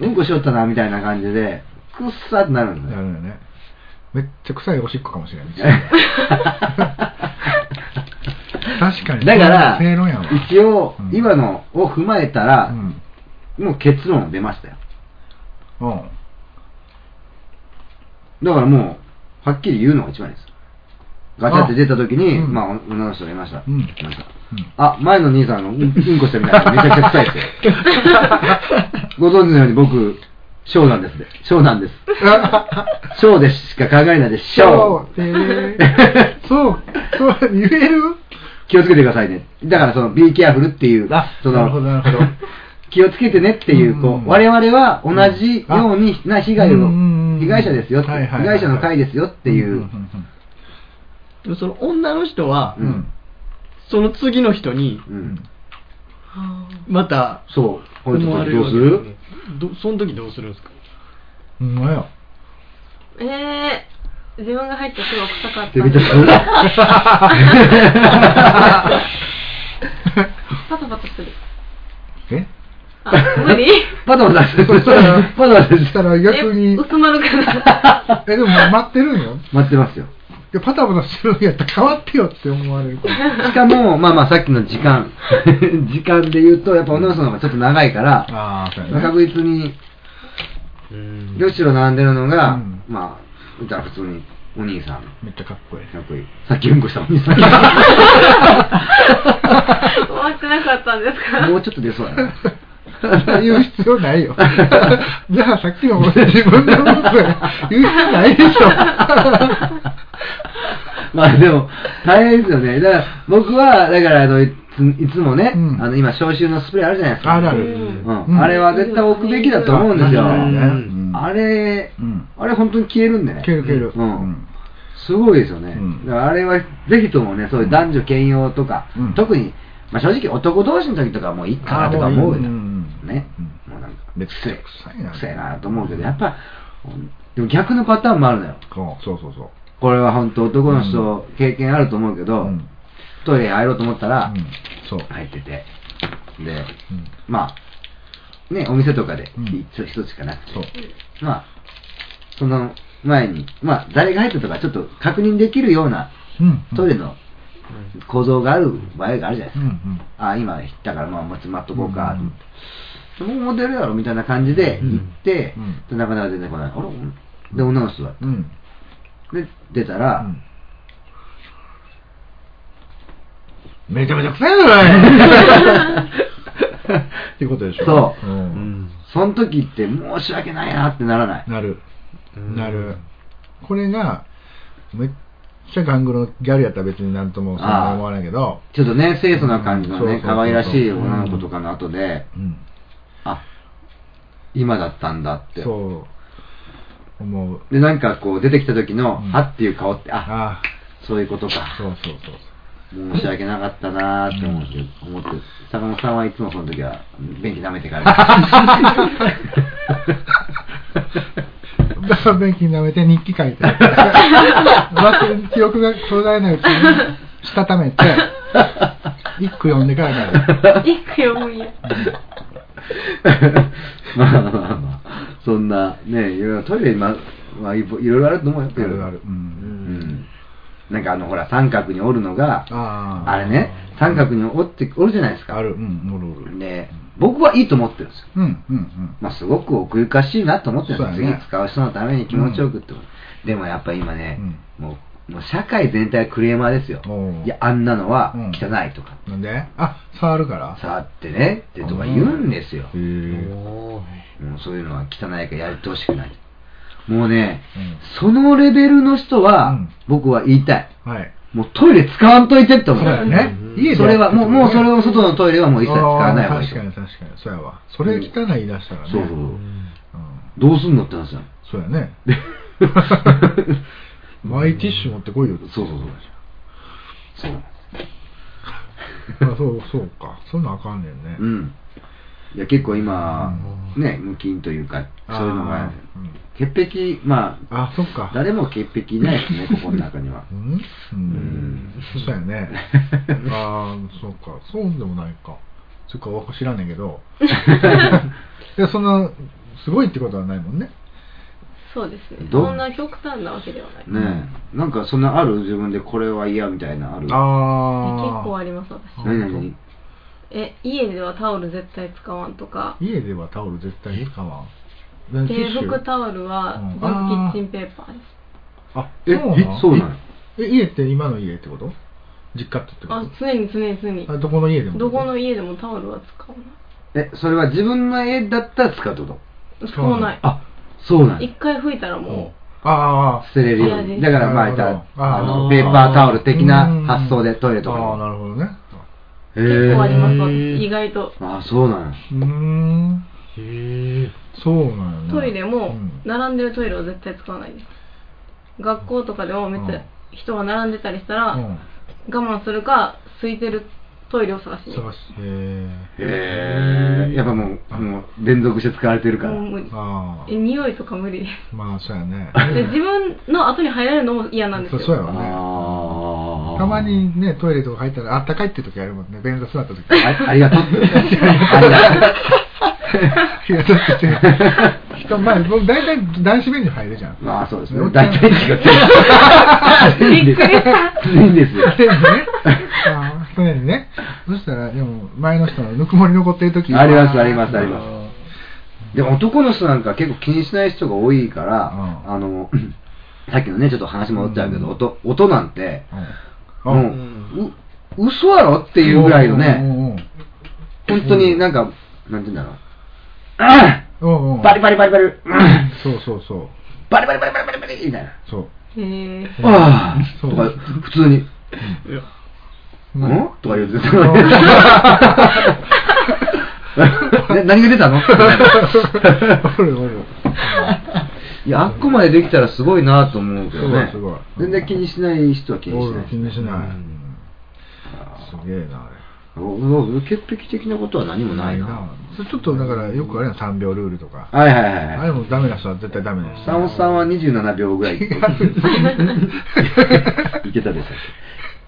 [SPEAKER 2] うんこしよったなみたいな感じで、くっさってなるんだ [laughs]
[SPEAKER 3] な
[SPEAKER 2] よ。
[SPEAKER 3] るよね。めっちゃ臭いおしっこかもしれない確かに
[SPEAKER 2] だから
[SPEAKER 3] 正論やわ、
[SPEAKER 2] 一応
[SPEAKER 3] うん、
[SPEAKER 2] 今のを踏まえたら
[SPEAKER 3] う、ん
[SPEAKER 2] もう結論出ましたよ。 [laughs]
[SPEAKER 3] うん
[SPEAKER 2] だからもう、はっきり言うのが一番です。ガチャって出た時に、
[SPEAKER 3] あうん
[SPEAKER 2] まあ、女の人がいました。
[SPEAKER 3] うん
[SPEAKER 2] なんか
[SPEAKER 3] うん
[SPEAKER 2] あ、前の兄さんのうんうんこしたみたいなめちゃくちゃ臭いですよ。ご
[SPEAKER 3] [laughs]
[SPEAKER 2] 存知のように僕、翔なんですね。翔なんです。翔でしか考えないで、
[SPEAKER 3] そ
[SPEAKER 2] 翔
[SPEAKER 3] う、え
[SPEAKER 2] [laughs]
[SPEAKER 3] ー、そう、そう、言える
[SPEAKER 2] 気をつけてくださいね。だからその、be careful っていう、そ
[SPEAKER 3] なるほど、
[SPEAKER 2] の、
[SPEAKER 3] なるほど。
[SPEAKER 2] [laughs] 気をつけてねっていう、こ
[SPEAKER 3] うん
[SPEAKER 2] う、我々は同じようにな被害
[SPEAKER 3] うんうんう
[SPEAKER 2] を、
[SPEAKER 3] ん
[SPEAKER 2] 被害者ですよって、
[SPEAKER 3] はい
[SPEAKER 2] 被
[SPEAKER 3] はいはい
[SPEAKER 2] 害者の会ですよってい
[SPEAKER 3] ん
[SPEAKER 2] う、
[SPEAKER 4] でもその女の人は、
[SPEAKER 2] うんうん
[SPEAKER 4] その次の人に、
[SPEAKER 2] う
[SPEAKER 3] うんうん
[SPEAKER 2] ん。
[SPEAKER 4] また、
[SPEAKER 2] そう、この人
[SPEAKER 4] 思わ
[SPEAKER 2] た
[SPEAKER 4] れ
[SPEAKER 2] ちど
[SPEAKER 4] る
[SPEAKER 2] う
[SPEAKER 4] わ
[SPEAKER 2] す
[SPEAKER 4] けですよ
[SPEAKER 2] る
[SPEAKER 4] ねどその時どうするんですか
[SPEAKER 3] うんうんまよ。
[SPEAKER 5] えー、自分が入った手が臭かっ
[SPEAKER 2] ったて
[SPEAKER 5] ん
[SPEAKER 2] 見
[SPEAKER 5] で
[SPEAKER 2] たらど
[SPEAKER 3] [laughs]
[SPEAKER 2] う
[SPEAKER 5] パタパタする
[SPEAKER 3] え
[SPEAKER 5] あ無理
[SPEAKER 2] パタパ [laughs] タして、パタパタし
[SPEAKER 3] したら逆に
[SPEAKER 5] え、薄ま
[SPEAKER 3] [laughs]
[SPEAKER 5] るかな
[SPEAKER 3] え、でも待ってるんよ。い
[SPEAKER 2] 待ってますよ。
[SPEAKER 3] や、パタパタしてるんやったら変わってよって思われるから。
[SPEAKER 2] しかも、まあまあさっきの時
[SPEAKER 3] [laughs]
[SPEAKER 2] 間、時間で言うと、やっぱ女の人の方がちょっと長いから、
[SPEAKER 3] ああ、そうやな。
[SPEAKER 2] 確実に、
[SPEAKER 4] うん
[SPEAKER 2] どちら並んでるの
[SPEAKER 3] う
[SPEAKER 2] が
[SPEAKER 3] ん、
[SPEAKER 2] まあ、いたら普通にお兄さん、
[SPEAKER 3] めっちゃかっこいい。
[SPEAKER 2] かっこいい。さっきうんこしたお兄さ
[SPEAKER 3] [laughs]
[SPEAKER 5] 終わってなかったんで
[SPEAKER 3] [laughs]
[SPEAKER 5] すか
[SPEAKER 2] ん。もうちょっと出そうやな。
[SPEAKER 3] 言う必要ないよ。 [laughs] じゃあさっきの俺自分のことや言う必要ないでしょ。
[SPEAKER 2] まあでも、大変ですよね。だから、僕は、だから、あの、いついつもね、
[SPEAKER 3] うん
[SPEAKER 2] あの、今、消臭のスプレーあるじゃないですか。
[SPEAKER 3] あるあ
[SPEAKER 5] う
[SPEAKER 3] る。
[SPEAKER 5] ん
[SPEAKER 2] うん
[SPEAKER 3] うん
[SPEAKER 2] あれは絶対置くべきだと思うんですよ。
[SPEAKER 3] 確かにねうん
[SPEAKER 2] あれ、
[SPEAKER 3] うん
[SPEAKER 2] あれ本当に消えるんでね。
[SPEAKER 3] けるける。
[SPEAKER 2] うん。すごいですよね。
[SPEAKER 3] うん
[SPEAKER 2] だからあれは、ぜひともね、そういう男女兼用とか、
[SPEAKER 3] うん
[SPEAKER 2] 特に、まあ、正直男同士の時とかはもういいかなとか思うよ
[SPEAKER 3] あーもういい
[SPEAKER 2] ね。
[SPEAKER 3] うん
[SPEAKER 2] ね
[SPEAKER 3] うん
[SPEAKER 2] もうなんか、
[SPEAKER 3] めっちゃ
[SPEAKER 2] くせえ
[SPEAKER 3] 臭いな
[SPEAKER 2] くせえなと思うけど、やっぱ、でも逆のパターンもあるのよ。
[SPEAKER 3] こうそうそうそう。
[SPEAKER 2] これは本当男の人、経験あると思うけど、
[SPEAKER 3] うん
[SPEAKER 2] トイレ入ろうと思ったら、
[SPEAKER 3] うんそう。
[SPEAKER 2] 入ってて、で、
[SPEAKER 3] うん
[SPEAKER 2] まあ、ね、お店とかで
[SPEAKER 3] うん
[SPEAKER 2] 一つ一つしかなくて、
[SPEAKER 3] そう。
[SPEAKER 2] まあ、その前に、まあ、誰が入ったとかちょっと確認できるような
[SPEAKER 3] うん
[SPEAKER 2] トイレの構造がある場合があるじゃないですか。
[SPEAKER 3] うんうん。
[SPEAKER 2] あ、今行ったから、まあ、待っとこうか、と思って。そのモデルやろみたいな感じで行って
[SPEAKER 3] うんうん、
[SPEAKER 2] でなかなか出てこない。あれで、女の人だ。
[SPEAKER 3] うん。
[SPEAKER 2] で、出たら、
[SPEAKER 3] めちゃめちゃ臭いじゃない
[SPEAKER 2] [laughs]
[SPEAKER 3] っていうことでしょ
[SPEAKER 2] そう
[SPEAKER 4] うん
[SPEAKER 2] その時って申し訳ないなってならない。
[SPEAKER 3] なるなるこれがめっちゃガングロのギャルやったら別になんともそんな思わないけど
[SPEAKER 2] ちょっとね、清楚な感じの
[SPEAKER 3] うんそうそう
[SPEAKER 2] ね、
[SPEAKER 3] そう
[SPEAKER 2] 可愛らしい女の子とかの後で、
[SPEAKER 3] うん
[SPEAKER 2] あ、今だったんだって。
[SPEAKER 3] そう思う
[SPEAKER 2] で、なんかこう出てきた時の、
[SPEAKER 3] うん
[SPEAKER 2] はっていう顔って、あ、
[SPEAKER 3] あ
[SPEAKER 2] そういうこと
[SPEAKER 3] あ
[SPEAKER 2] か。
[SPEAKER 3] そうそうそう
[SPEAKER 2] 申し訳なかったなーって思って、思って、坂本さんはいつもその時は、便器舐めて
[SPEAKER 3] [laughs]
[SPEAKER 2] から。
[SPEAKER 3] だから便器舐めて日記書いて忘れ記憶が途絶えないうちにしたためて一句読んでからだよ
[SPEAKER 5] 一句読むんや
[SPEAKER 2] まあまあまあ、そんな、ね、いろいろトイレ今、まあ、いろいろあると思うよ。
[SPEAKER 3] あるあるう
[SPEAKER 2] うんん。なんかあの、ほら、三角に折るのが、
[SPEAKER 3] ああ
[SPEAKER 2] あれね、三角に折って、折るじゃないですか。
[SPEAKER 3] あるうんおるおる
[SPEAKER 2] で、僕はいいと思ってるんですよ。
[SPEAKER 3] うんうんうん
[SPEAKER 2] まあ、すごく奥ゆかしいなと思ってるんです
[SPEAKER 3] そう
[SPEAKER 2] よ、
[SPEAKER 3] だね
[SPEAKER 2] 次使う人のために気持ちよくってこと、でもやっぱ今ね、もう、もう社会全体はクレーマーですよ
[SPEAKER 3] おう。
[SPEAKER 2] いや、あんなのは
[SPEAKER 3] うん
[SPEAKER 2] 汚いとか、
[SPEAKER 3] なんであ触るから
[SPEAKER 2] 触ってねってとか言うんですよ。
[SPEAKER 3] へ
[SPEAKER 2] もうそういうのは汚いからやってほしくない。もうね、
[SPEAKER 3] うん
[SPEAKER 2] そのレベルの人は、
[SPEAKER 3] うん
[SPEAKER 2] 僕は言いたい。
[SPEAKER 3] えはい
[SPEAKER 2] もうトイレ使わんといてって思う。
[SPEAKER 3] そうだよね家で
[SPEAKER 2] それは、もう、もうそれを外のトイレはもう一切使わない
[SPEAKER 3] あ
[SPEAKER 2] 方が
[SPEAKER 3] ー
[SPEAKER 2] いい
[SPEAKER 3] 確
[SPEAKER 2] と思う
[SPEAKER 3] かに確かにそうやわそれ汚い言い出したらね
[SPEAKER 2] そうそううんどうすんのって話なの。
[SPEAKER 3] そうやねマイティッシュ持ってこいよって
[SPEAKER 2] そうそうそうそうなんで
[SPEAKER 3] あそうそうかそんなんあかんねんね
[SPEAKER 2] す。うん。いや、結構今、ね、無菌というか、
[SPEAKER 3] あー
[SPEAKER 2] そういうのが、
[SPEAKER 3] うん
[SPEAKER 2] 潔癖、まあ、
[SPEAKER 3] あそっか
[SPEAKER 2] 誰も潔癖いないですね、ここの中には
[SPEAKER 3] う。んう
[SPEAKER 2] うん
[SPEAKER 3] んそうや [laughs] ねああそうかそうでもないかそっかわか知らん [laughs] ねんけどいやそんなすごいってことはないもんね
[SPEAKER 5] そうですね
[SPEAKER 2] ど
[SPEAKER 5] そんな極端なわけではない結
[SPEAKER 2] ねえなんかそんなある自分でこれは嫌みたいなある
[SPEAKER 3] ああ。
[SPEAKER 5] 構あります私
[SPEAKER 2] 何々
[SPEAKER 5] え家ではタオル絶対使わんとか
[SPEAKER 3] 家ではタオル絶対使わん。何ティッ
[SPEAKER 5] 制
[SPEAKER 3] シュ
[SPEAKER 5] 服タオルは
[SPEAKER 3] うん
[SPEAKER 5] 全部キッチンペーパーです
[SPEAKER 3] あ、
[SPEAKER 2] ええそうなんや
[SPEAKER 3] え、家って今の家ってこと実家ってってこ
[SPEAKER 5] あ常に常に常
[SPEAKER 3] とあ
[SPEAKER 5] に
[SPEAKER 3] どこの家でも
[SPEAKER 5] どこの家でもタオルは使わな
[SPEAKER 2] えそれは自分の絵だったら使うってこと
[SPEAKER 5] い使わない
[SPEAKER 2] あそうなん
[SPEAKER 5] 一
[SPEAKER 2] や
[SPEAKER 5] 回拭いたらも
[SPEAKER 3] あ
[SPEAKER 2] 捨てれるよう
[SPEAKER 5] 嫌
[SPEAKER 2] に
[SPEAKER 5] です
[SPEAKER 2] だからまあ
[SPEAKER 3] な
[SPEAKER 2] い
[SPEAKER 3] るほど
[SPEAKER 2] た
[SPEAKER 3] あ
[SPEAKER 2] あの
[SPEAKER 4] ー
[SPEAKER 2] ペーパータオル
[SPEAKER 3] あ。
[SPEAKER 2] 的な発想でトイレとか
[SPEAKER 3] ああー、
[SPEAKER 2] に
[SPEAKER 3] なるほどね。
[SPEAKER 5] う結構あります
[SPEAKER 4] へー
[SPEAKER 5] 私意外と
[SPEAKER 2] ああそうなんや
[SPEAKER 3] うーん。
[SPEAKER 4] へえ。
[SPEAKER 3] そうなんやな
[SPEAKER 5] トイレ
[SPEAKER 3] う
[SPEAKER 5] も
[SPEAKER 3] ん
[SPEAKER 5] 並んでるトイレは絶対使わないです学校とかでもめっちゃ人が並んでたりしたら
[SPEAKER 3] うん
[SPEAKER 5] 我慢するか空いてるトイレを探しに行
[SPEAKER 3] 探
[SPEAKER 5] く
[SPEAKER 3] しへえ。
[SPEAKER 2] へえやっぱもうもう連続して使われてるから
[SPEAKER 5] もう無理
[SPEAKER 3] あ
[SPEAKER 5] え匂いとか無理です
[SPEAKER 3] あ。まあ、そうやね。
[SPEAKER 5] で自分の後に入られるのも嫌なんです
[SPEAKER 3] そ
[SPEAKER 5] よ
[SPEAKER 3] うそうやわね。
[SPEAKER 2] ああ
[SPEAKER 3] たまにね、トイレとか入ったら、あったかいって時あるもんね。便座座った
[SPEAKER 5] [laughs]
[SPEAKER 3] 時。
[SPEAKER 2] あありがと
[SPEAKER 3] [laughs]
[SPEAKER 2] うありがとう
[SPEAKER 3] いや、だって、しかもまあ、僕大体男子便所入るじゃん。
[SPEAKER 2] まあそうですね
[SPEAKER 3] おっ。ちゃ
[SPEAKER 2] 大
[SPEAKER 3] ん
[SPEAKER 2] 体違う。
[SPEAKER 5] びっくりした
[SPEAKER 2] いいんですよ。
[SPEAKER 3] 常に
[SPEAKER 5] [laughs]
[SPEAKER 3] ね。あー常にね。そしたら、でも、前の人のぬくもり残ってる時
[SPEAKER 2] ありますありますありまでも男の人なんか結構気にしない人が多いから、
[SPEAKER 3] うん
[SPEAKER 2] あの、 [clears throat] さっきのね、ちょっと話戻っちゃうけど、
[SPEAKER 3] うん
[SPEAKER 2] 音音なんて、
[SPEAKER 3] うん
[SPEAKER 2] もう、う嘘やろっていうぐらいのね、
[SPEAKER 3] ね。
[SPEAKER 2] 本当になんか、なんて言うんだろう。あ
[SPEAKER 3] うんうん。
[SPEAKER 2] あバリバリバリバリ、うん
[SPEAKER 3] そうそうそう。
[SPEAKER 2] バリバリバリバリバリバリみたいな。
[SPEAKER 3] そう。
[SPEAKER 5] へえ
[SPEAKER 2] ああ、
[SPEAKER 3] そ
[SPEAKER 2] と
[SPEAKER 3] う
[SPEAKER 2] か、普通に、
[SPEAKER 4] いや
[SPEAKER 2] ん
[SPEAKER 3] うん
[SPEAKER 2] とか言うてた [laughs] ね何が出た
[SPEAKER 3] [laughs]
[SPEAKER 2] の
[SPEAKER 3] おるおる。
[SPEAKER 2] いや、あっこまでできたらすごいなと思うけどね。
[SPEAKER 3] すごいすごい
[SPEAKER 2] 全然気にしない人は気に
[SPEAKER 3] お
[SPEAKER 2] しな
[SPEAKER 3] る
[SPEAKER 2] い。
[SPEAKER 3] 気にしない。
[SPEAKER 2] あ
[SPEAKER 3] すげえな、あれ。
[SPEAKER 2] ーおお潔癖的なことは何もないな。
[SPEAKER 3] それちょっとだから、よくあれやん、3秒ルールとか。
[SPEAKER 2] はいはいはい
[SPEAKER 3] あ
[SPEAKER 2] は
[SPEAKER 3] れ
[SPEAKER 2] い。
[SPEAKER 3] もダメな人は絶対ダメです。
[SPEAKER 2] サオさんは27秒ぐらい。いけた
[SPEAKER 3] [laughs]
[SPEAKER 2] でしたっ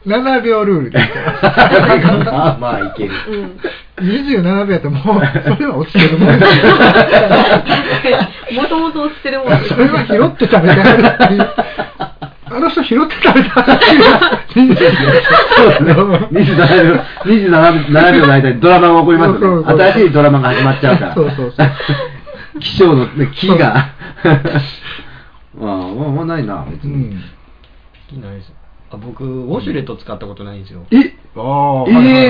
[SPEAKER 3] 7秒ルー
[SPEAKER 2] [laughs]
[SPEAKER 3] ルで。
[SPEAKER 2] けあまあいける。
[SPEAKER 5] うん
[SPEAKER 3] 27秒やったらもう、それは落ちて
[SPEAKER 2] [laughs]
[SPEAKER 3] るもん。
[SPEAKER 5] もともと落ちてるもんです
[SPEAKER 3] それは拾って食べたいっていう。あの人拾って食べた
[SPEAKER 2] [laughs]
[SPEAKER 3] っていう。
[SPEAKER 2] そうですね。27秒、27秒の間にドラマが起こります
[SPEAKER 3] そうそうそう
[SPEAKER 2] よね。新しいドラマが始まっちゃうから。
[SPEAKER 3] そうそうそう。
[SPEAKER 2] 気象のね木が。 [laughs] まあ、まあ、まあないな、別
[SPEAKER 3] う
[SPEAKER 2] に。
[SPEAKER 3] ん。
[SPEAKER 4] できないですあ僕ウォシュレット使ったことないんですよ
[SPEAKER 2] え
[SPEAKER 3] ああ、はいはいはい
[SPEAKER 2] え
[SPEAKER 3] はい。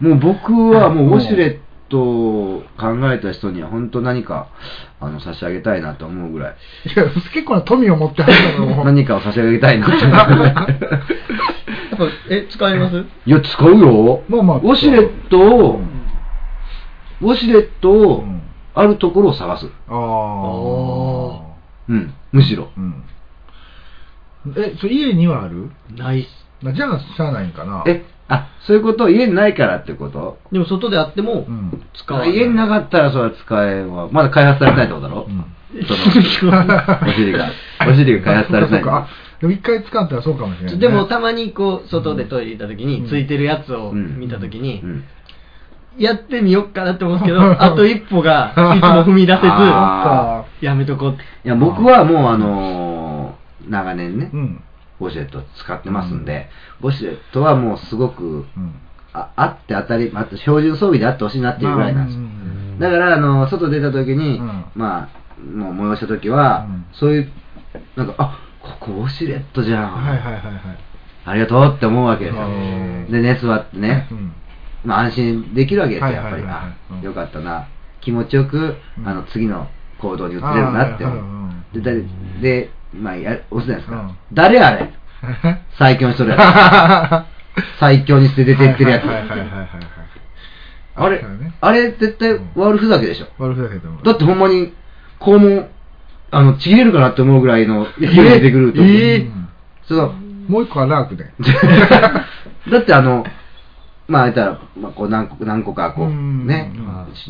[SPEAKER 2] えもう僕はもうウォシュレットを考えた人には本当何かあの差し上げたいなと思うぐらい
[SPEAKER 3] いや、結構な富を持ってはるからもう。
[SPEAKER 2] 何かを差し上げたいなと思うぐらい
[SPEAKER 3] [laughs]
[SPEAKER 4] やっぱえ使います
[SPEAKER 2] いや使うよ、
[SPEAKER 3] まあまあ
[SPEAKER 2] ウォシュレットを、
[SPEAKER 3] うん
[SPEAKER 2] ウォシュレットを、
[SPEAKER 3] うん
[SPEAKER 2] あるところを探す
[SPEAKER 3] ああ。
[SPEAKER 2] うんむしろ
[SPEAKER 3] うん。え、それ家にはある
[SPEAKER 4] ないっす
[SPEAKER 3] なじゃあ、しゃあないんかな。
[SPEAKER 2] えあそういうこと家にないからってこと
[SPEAKER 4] でも外であっても
[SPEAKER 3] うん。
[SPEAKER 4] 使わない、
[SPEAKER 2] 家になかったらそれは使えはまだ開発されてないってことだろ、 [laughs]
[SPEAKER 3] うん
[SPEAKER 2] そのお尻
[SPEAKER 3] [laughs]
[SPEAKER 2] がお尻が開発されてな [laughs]
[SPEAKER 3] そう
[SPEAKER 2] い
[SPEAKER 3] か。あでも一回使ったらそうかもしれないね。
[SPEAKER 4] でもたまにこう外でトイレ行った時に、
[SPEAKER 3] うん
[SPEAKER 4] ついてるやつを
[SPEAKER 2] うん
[SPEAKER 4] 見た時に、
[SPEAKER 2] うん
[SPEAKER 4] やってみよっかなって思うんですけ
[SPEAKER 2] [laughs]
[SPEAKER 4] どあと一歩がいつも踏み出せず
[SPEAKER 2] あ
[SPEAKER 3] あ
[SPEAKER 4] やめとこうって
[SPEAKER 2] いや、僕はもう、あのー長年ね
[SPEAKER 3] ー、うん。
[SPEAKER 2] ウォシュレット使ってますんで、ウォシュレットはもうすごく、
[SPEAKER 3] うん。
[SPEAKER 2] ああって当たり、まあ、標準装備であってほしいなっていうぐらいなんですよ。
[SPEAKER 3] ま
[SPEAKER 2] だから、あのー外出た時に、
[SPEAKER 3] うん
[SPEAKER 2] まあ、もう催した時は、
[SPEAKER 3] うん
[SPEAKER 2] そういう、なんか、あここウォシュレットじゃん。
[SPEAKER 3] あはいはいはいはい。
[SPEAKER 2] ありがとうって思うわけですよ
[SPEAKER 3] あー。
[SPEAKER 2] でね、座ってね、
[SPEAKER 3] うん。
[SPEAKER 2] まあ、安心できるわけですよ、
[SPEAKER 3] はい
[SPEAKER 2] やっぱり。
[SPEAKER 3] はいはいはいうん
[SPEAKER 2] あよかったな。気持ちよく、
[SPEAKER 3] うん
[SPEAKER 2] あの、次の行動に移れるなって
[SPEAKER 3] あーはいはいは
[SPEAKER 2] 思
[SPEAKER 3] いうん
[SPEAKER 2] う。で、誰、で、まあ、や、押すじゃないですか。
[SPEAKER 3] うん
[SPEAKER 2] 誰あれ最強にしとる
[SPEAKER 3] [laughs]
[SPEAKER 2] やつ。最強にして出てってるやつ。
[SPEAKER 3] はいはいはいはいはいはい。
[SPEAKER 2] あれ
[SPEAKER 3] そうだね、
[SPEAKER 2] あれ絶対悪ふざけでしょ。
[SPEAKER 3] 悪ふざけても。
[SPEAKER 2] だってほんまに、肛門、あの、ちぎれるかなって思うぐらいの勢いで出てくると。
[SPEAKER 3] ええ
[SPEAKER 2] その
[SPEAKER 3] もう一個はラークで。
[SPEAKER 2] だってあの、まあ言ったら、まあ、こう何個何個かこう、
[SPEAKER 3] うん
[SPEAKER 2] ね
[SPEAKER 3] う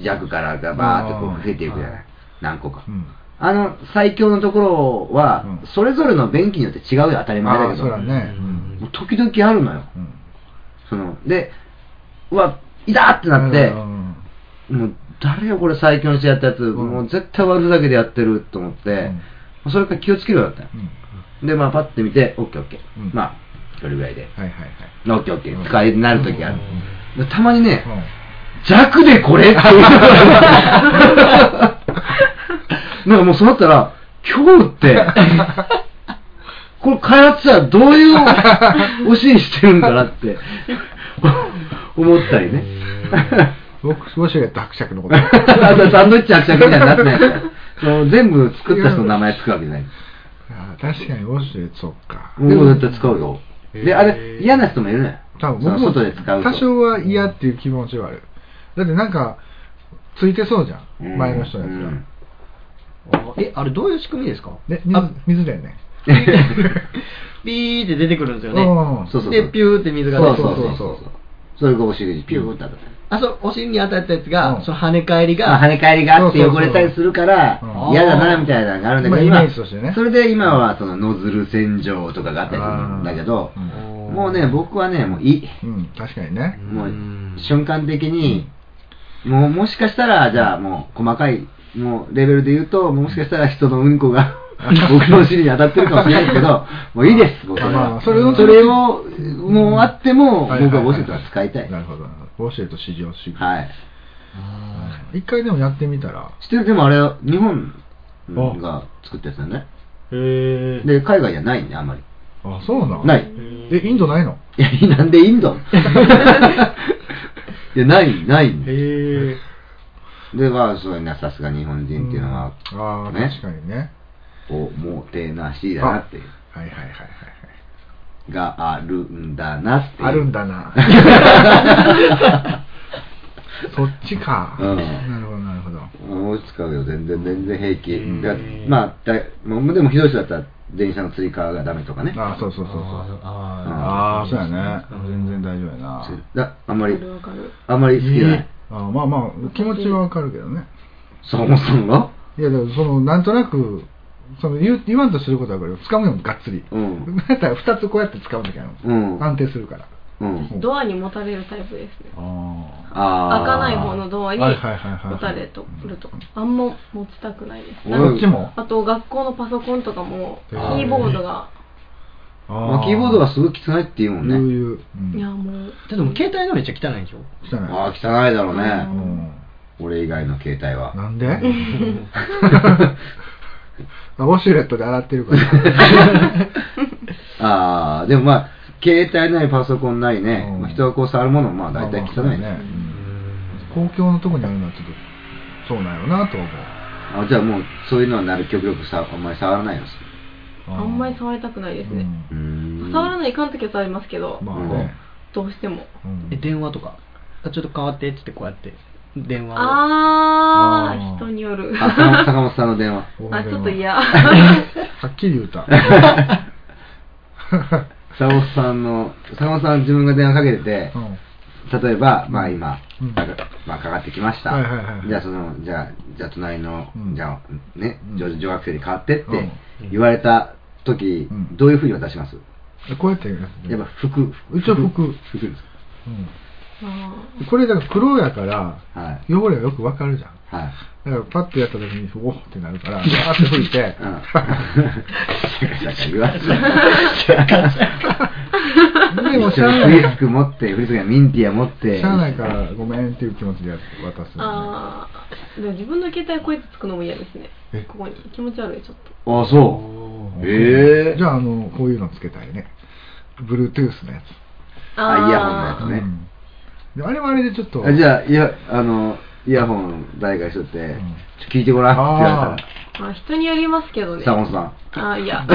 [SPEAKER 3] ん、
[SPEAKER 2] 弱からがバーってこ
[SPEAKER 3] う
[SPEAKER 2] う
[SPEAKER 3] ん
[SPEAKER 2] 増えていくじゃない。何個か
[SPEAKER 3] う。ん。
[SPEAKER 2] あの、最強のところは
[SPEAKER 3] うん、
[SPEAKER 2] それぞれの便器によって違うよ、当たり前だ
[SPEAKER 3] ああ、
[SPEAKER 2] けど。
[SPEAKER 3] そうだね。うん
[SPEAKER 2] もう時々あるのよ。
[SPEAKER 3] うん。
[SPEAKER 2] その、で、うわ、いたってなって、
[SPEAKER 3] うん
[SPEAKER 2] もう誰よこれ最強にしてやったやつ、
[SPEAKER 3] ん
[SPEAKER 2] もう絶対悪ふざけでやってると思って、
[SPEAKER 3] うん
[SPEAKER 2] それから気をつけるようだったよ
[SPEAKER 3] うん
[SPEAKER 2] で、まあ、パッて見て、オッケーオッケー。
[SPEAKER 3] うん
[SPEAKER 2] まあ、これぐらいで。
[SPEAKER 3] はいはいはい。
[SPEAKER 2] オッケーオッケー。使えなるときある。
[SPEAKER 3] う
[SPEAKER 2] でたまにね、
[SPEAKER 3] うん
[SPEAKER 2] 弱でこ
[SPEAKER 3] [laughs]
[SPEAKER 2] れっていう。なんかもうそうなったら、今日って、これ開発者はどういうおしにしてるんだなって思ったりね。
[SPEAKER 3] 僕、もしが伯爵
[SPEAKER 2] [laughs]
[SPEAKER 3] のこと。
[SPEAKER 2] あとサンドイッチ伯爵みたいになってないその全部作った人の名前つくわけじゃない。
[SPEAKER 3] あー確かに、ウォシュレット、そっか。
[SPEAKER 2] でも絶対使うよ。
[SPEAKER 3] へ
[SPEAKER 2] で、
[SPEAKER 3] ー
[SPEAKER 2] あれ、嫌な人もいるね。
[SPEAKER 3] 多分
[SPEAKER 2] その
[SPEAKER 3] 僕も
[SPEAKER 2] 外で使うと。
[SPEAKER 3] 多少は嫌っていう気持ちはある。だってなんか、ついてそうじゃ
[SPEAKER 2] うん
[SPEAKER 3] ん。前の人のやつが。
[SPEAKER 2] うん
[SPEAKER 4] あえ、あれどういう仕組みですか
[SPEAKER 3] ね
[SPEAKER 4] あ
[SPEAKER 3] 水、水だよね。
[SPEAKER 4] [laughs] ピーって出てくるんですよね。
[SPEAKER 3] うん
[SPEAKER 2] そうそうそう
[SPEAKER 4] で、ピューって水が
[SPEAKER 2] そ
[SPEAKER 4] 出
[SPEAKER 2] う
[SPEAKER 4] て
[SPEAKER 2] そうそう
[SPEAKER 4] う。
[SPEAKER 2] そう。それがお尻にピューって当たった。
[SPEAKER 4] あ、そう、お尻に当たったやつが、
[SPEAKER 3] うん
[SPEAKER 4] その跳ね返り
[SPEAKER 2] まあ
[SPEAKER 4] が、
[SPEAKER 2] 跳ね返りがあって汚れたりするから
[SPEAKER 3] そうそうそう
[SPEAKER 2] 嫌だなみたいなのがあるんだけど
[SPEAKER 3] まあイ
[SPEAKER 2] 今
[SPEAKER 3] メージとしてね
[SPEAKER 2] それで今はそのノズル洗浄とかがあったりするんだけど
[SPEAKER 3] あー
[SPEAKER 4] うん
[SPEAKER 2] もうね僕はねもういい
[SPEAKER 3] うん、確かにね。
[SPEAKER 2] もうん瞬間的にもうもしかしたらじゃあもう細かいもうレベルで言うともしかしたら人のうんこ
[SPEAKER 3] [laughs]
[SPEAKER 2] が僕のお尻に当たってるかもしれないですけどもういいです僕は、
[SPEAKER 3] まあ
[SPEAKER 2] そ
[SPEAKER 3] そ
[SPEAKER 2] れ
[SPEAKER 3] れ
[SPEAKER 2] を
[SPEAKER 3] を
[SPEAKER 2] もうあっても
[SPEAKER 3] はいはい
[SPEAKER 2] 僕
[SPEAKER 3] は
[SPEAKER 2] はいボシェットは使いたい
[SPEAKER 3] なるほどなるほど。ウォシュレット市場主義。
[SPEAKER 2] はい
[SPEAKER 3] 一回でもやってみたら、
[SPEAKER 2] 知ってるでもあれ日本が作ったやつだよね
[SPEAKER 4] へ
[SPEAKER 2] で、海外じゃないね、あんまり。
[SPEAKER 3] あ、そうなん
[SPEAKER 2] ない。
[SPEAKER 3] え、インドないの
[SPEAKER 2] いや、なんでイ
[SPEAKER 3] [laughs]
[SPEAKER 2] ンドいや、ない、ないんで。
[SPEAKER 4] へえ。
[SPEAKER 2] で、まあ、そういうな、さすが日本人っていうのは、
[SPEAKER 3] ああ、
[SPEAKER 2] ね
[SPEAKER 3] 確かにね。
[SPEAKER 2] おもてなしだなっていう、
[SPEAKER 3] はいはいはいはいはい。
[SPEAKER 2] があるんだなっていう。
[SPEAKER 3] あるん
[SPEAKER 2] [laughs]
[SPEAKER 3] だな。そっちか。
[SPEAKER 2] うん
[SPEAKER 3] なるほどなるほど。
[SPEAKER 2] もう使うよ、全然、全然平気。だ
[SPEAKER 4] へー
[SPEAKER 2] まあだ、もうでもひどい人だったら、電車のつり革がダメとかね。
[SPEAKER 3] あーそうそうそうそう。
[SPEAKER 4] あ
[SPEAKER 3] ああ
[SPEAKER 4] ー
[SPEAKER 3] ー、そうやね。全然大丈夫やな。
[SPEAKER 2] だあんまり
[SPEAKER 5] わかるわかる、
[SPEAKER 2] あんまり好きじゃない。
[SPEAKER 3] あーまあまあ、気持ちはわかるけどね。
[SPEAKER 2] そもそも
[SPEAKER 3] いや、だからその、なんとなく、その言う言わんとすることはわかるよ。掴むよ、がっつり。
[SPEAKER 2] うん
[SPEAKER 3] [laughs] だったら2つこうやって掴むときある
[SPEAKER 2] うん
[SPEAKER 3] 安定するから。
[SPEAKER 2] うん。
[SPEAKER 5] ドアに持たれるタイプですね
[SPEAKER 3] あ
[SPEAKER 2] あー
[SPEAKER 5] 開かない方のドアに
[SPEAKER 3] はいはいはいはい
[SPEAKER 5] 持たれとくるとあんま持ちたくないです
[SPEAKER 2] お
[SPEAKER 5] なんか
[SPEAKER 3] こっちも
[SPEAKER 5] あと学校のパソコンとかもキ
[SPEAKER 3] へ
[SPEAKER 2] ー
[SPEAKER 5] ーボードが
[SPEAKER 3] あ。
[SPEAKER 2] まあ、キーボードはすごい汚いって言うもんね。
[SPEAKER 3] 余裕。うん
[SPEAKER 5] いやもう
[SPEAKER 4] でも携帯のめっちゃ汚いんでしょ
[SPEAKER 3] 汚い。
[SPEAKER 2] ああ、汚いだろう
[SPEAKER 3] う
[SPEAKER 2] ね。
[SPEAKER 3] ん
[SPEAKER 2] 俺以外の携帯は。 [laughs]
[SPEAKER 3] なんであウォシュレットで洗ってるから。
[SPEAKER 2] ああ、でもまあ、携帯なりパソコンなりね、
[SPEAKER 3] うん
[SPEAKER 2] まあ人がこう触るものも [laughs] まあ大体汚い
[SPEAKER 3] まあまあ
[SPEAKER 2] ね
[SPEAKER 3] そう。公共のとこにあるのはちょっと、そうなんやろなとは思う。
[SPEAKER 2] あじゃあもう、そういうのはなる極力さ、あんまり触らないようにす
[SPEAKER 5] あんまり触りたくないですね
[SPEAKER 2] る。うーん
[SPEAKER 5] 触らないかん時は触りますけど
[SPEAKER 3] うんまあね。
[SPEAKER 5] どうしても
[SPEAKER 3] うん
[SPEAKER 4] え、電話とか。あちょっと変わってってってこうやって。電話を。
[SPEAKER 5] あ
[SPEAKER 3] あー
[SPEAKER 5] ー人による
[SPEAKER 2] あ坂本坂本さんの電話。
[SPEAKER 5] あちょっと嫌
[SPEAKER 3] [laughs] はっきり言う
[SPEAKER 5] [laughs]
[SPEAKER 3] た。
[SPEAKER 2] 坂本さんの、坂本さんは自分が電話かけてて
[SPEAKER 3] う、ん
[SPEAKER 2] 例えば、まあ今、
[SPEAKER 3] うん
[SPEAKER 2] かかまあ、かかってきました、
[SPEAKER 3] はいはいはい
[SPEAKER 2] じゃあそのじゃあじゃあ隣の、
[SPEAKER 3] うん
[SPEAKER 2] じゃあね
[SPEAKER 3] うん
[SPEAKER 2] 女女学生に変わってっ
[SPEAKER 3] う
[SPEAKER 2] て
[SPEAKER 3] ん
[SPEAKER 2] 言われた時、
[SPEAKER 3] うん
[SPEAKER 2] どういうふうに渡します、
[SPEAKER 3] こうやってやる。
[SPEAKER 2] やっぱ服
[SPEAKER 3] うちは服
[SPEAKER 2] 服です
[SPEAKER 3] う
[SPEAKER 5] [laughs] あ
[SPEAKER 3] んこれだから黒やから、
[SPEAKER 2] かはい
[SPEAKER 3] 汚れがよくわかるじゃん。
[SPEAKER 2] はい
[SPEAKER 3] だからパッとやった時に、おーってなるから、わーって吹いて、
[SPEAKER 2] うん
[SPEAKER 3] [laughs]
[SPEAKER 2] シャカシャカ言わせて
[SPEAKER 3] でもし
[SPEAKER 2] 一
[SPEAKER 3] ゃ
[SPEAKER 2] 緒に [laughs]
[SPEAKER 3] あな
[SPEAKER 2] フリ
[SPEAKER 3] い
[SPEAKER 2] スク持ってフリスクやミンティア持って
[SPEAKER 3] しゃあないからごめんっていう気持ちでやって渡す
[SPEAKER 5] ー
[SPEAKER 3] よね
[SPEAKER 5] あーでも自分の携帯こうやってつくのも嫌ですね
[SPEAKER 3] え
[SPEAKER 5] ここに気持ち悪いちょっと
[SPEAKER 2] あそうええ
[SPEAKER 3] じゃああのこういうのつけたいね Bluetooth のや
[SPEAKER 2] あイヤホンのや
[SPEAKER 5] あ
[SPEAKER 2] つ
[SPEAKER 5] ー
[SPEAKER 3] つ、
[SPEAKER 2] ね
[SPEAKER 3] うんであれはあれでちょっと
[SPEAKER 2] あじゃあいやあのイヤホン誰かしとって、
[SPEAKER 3] ん
[SPEAKER 2] ちょ聞いてごらんって言われ
[SPEAKER 5] まあ人によりますけどね
[SPEAKER 2] たら坂本さん
[SPEAKER 5] あーい
[SPEAKER 2] [laughs]
[SPEAKER 5] や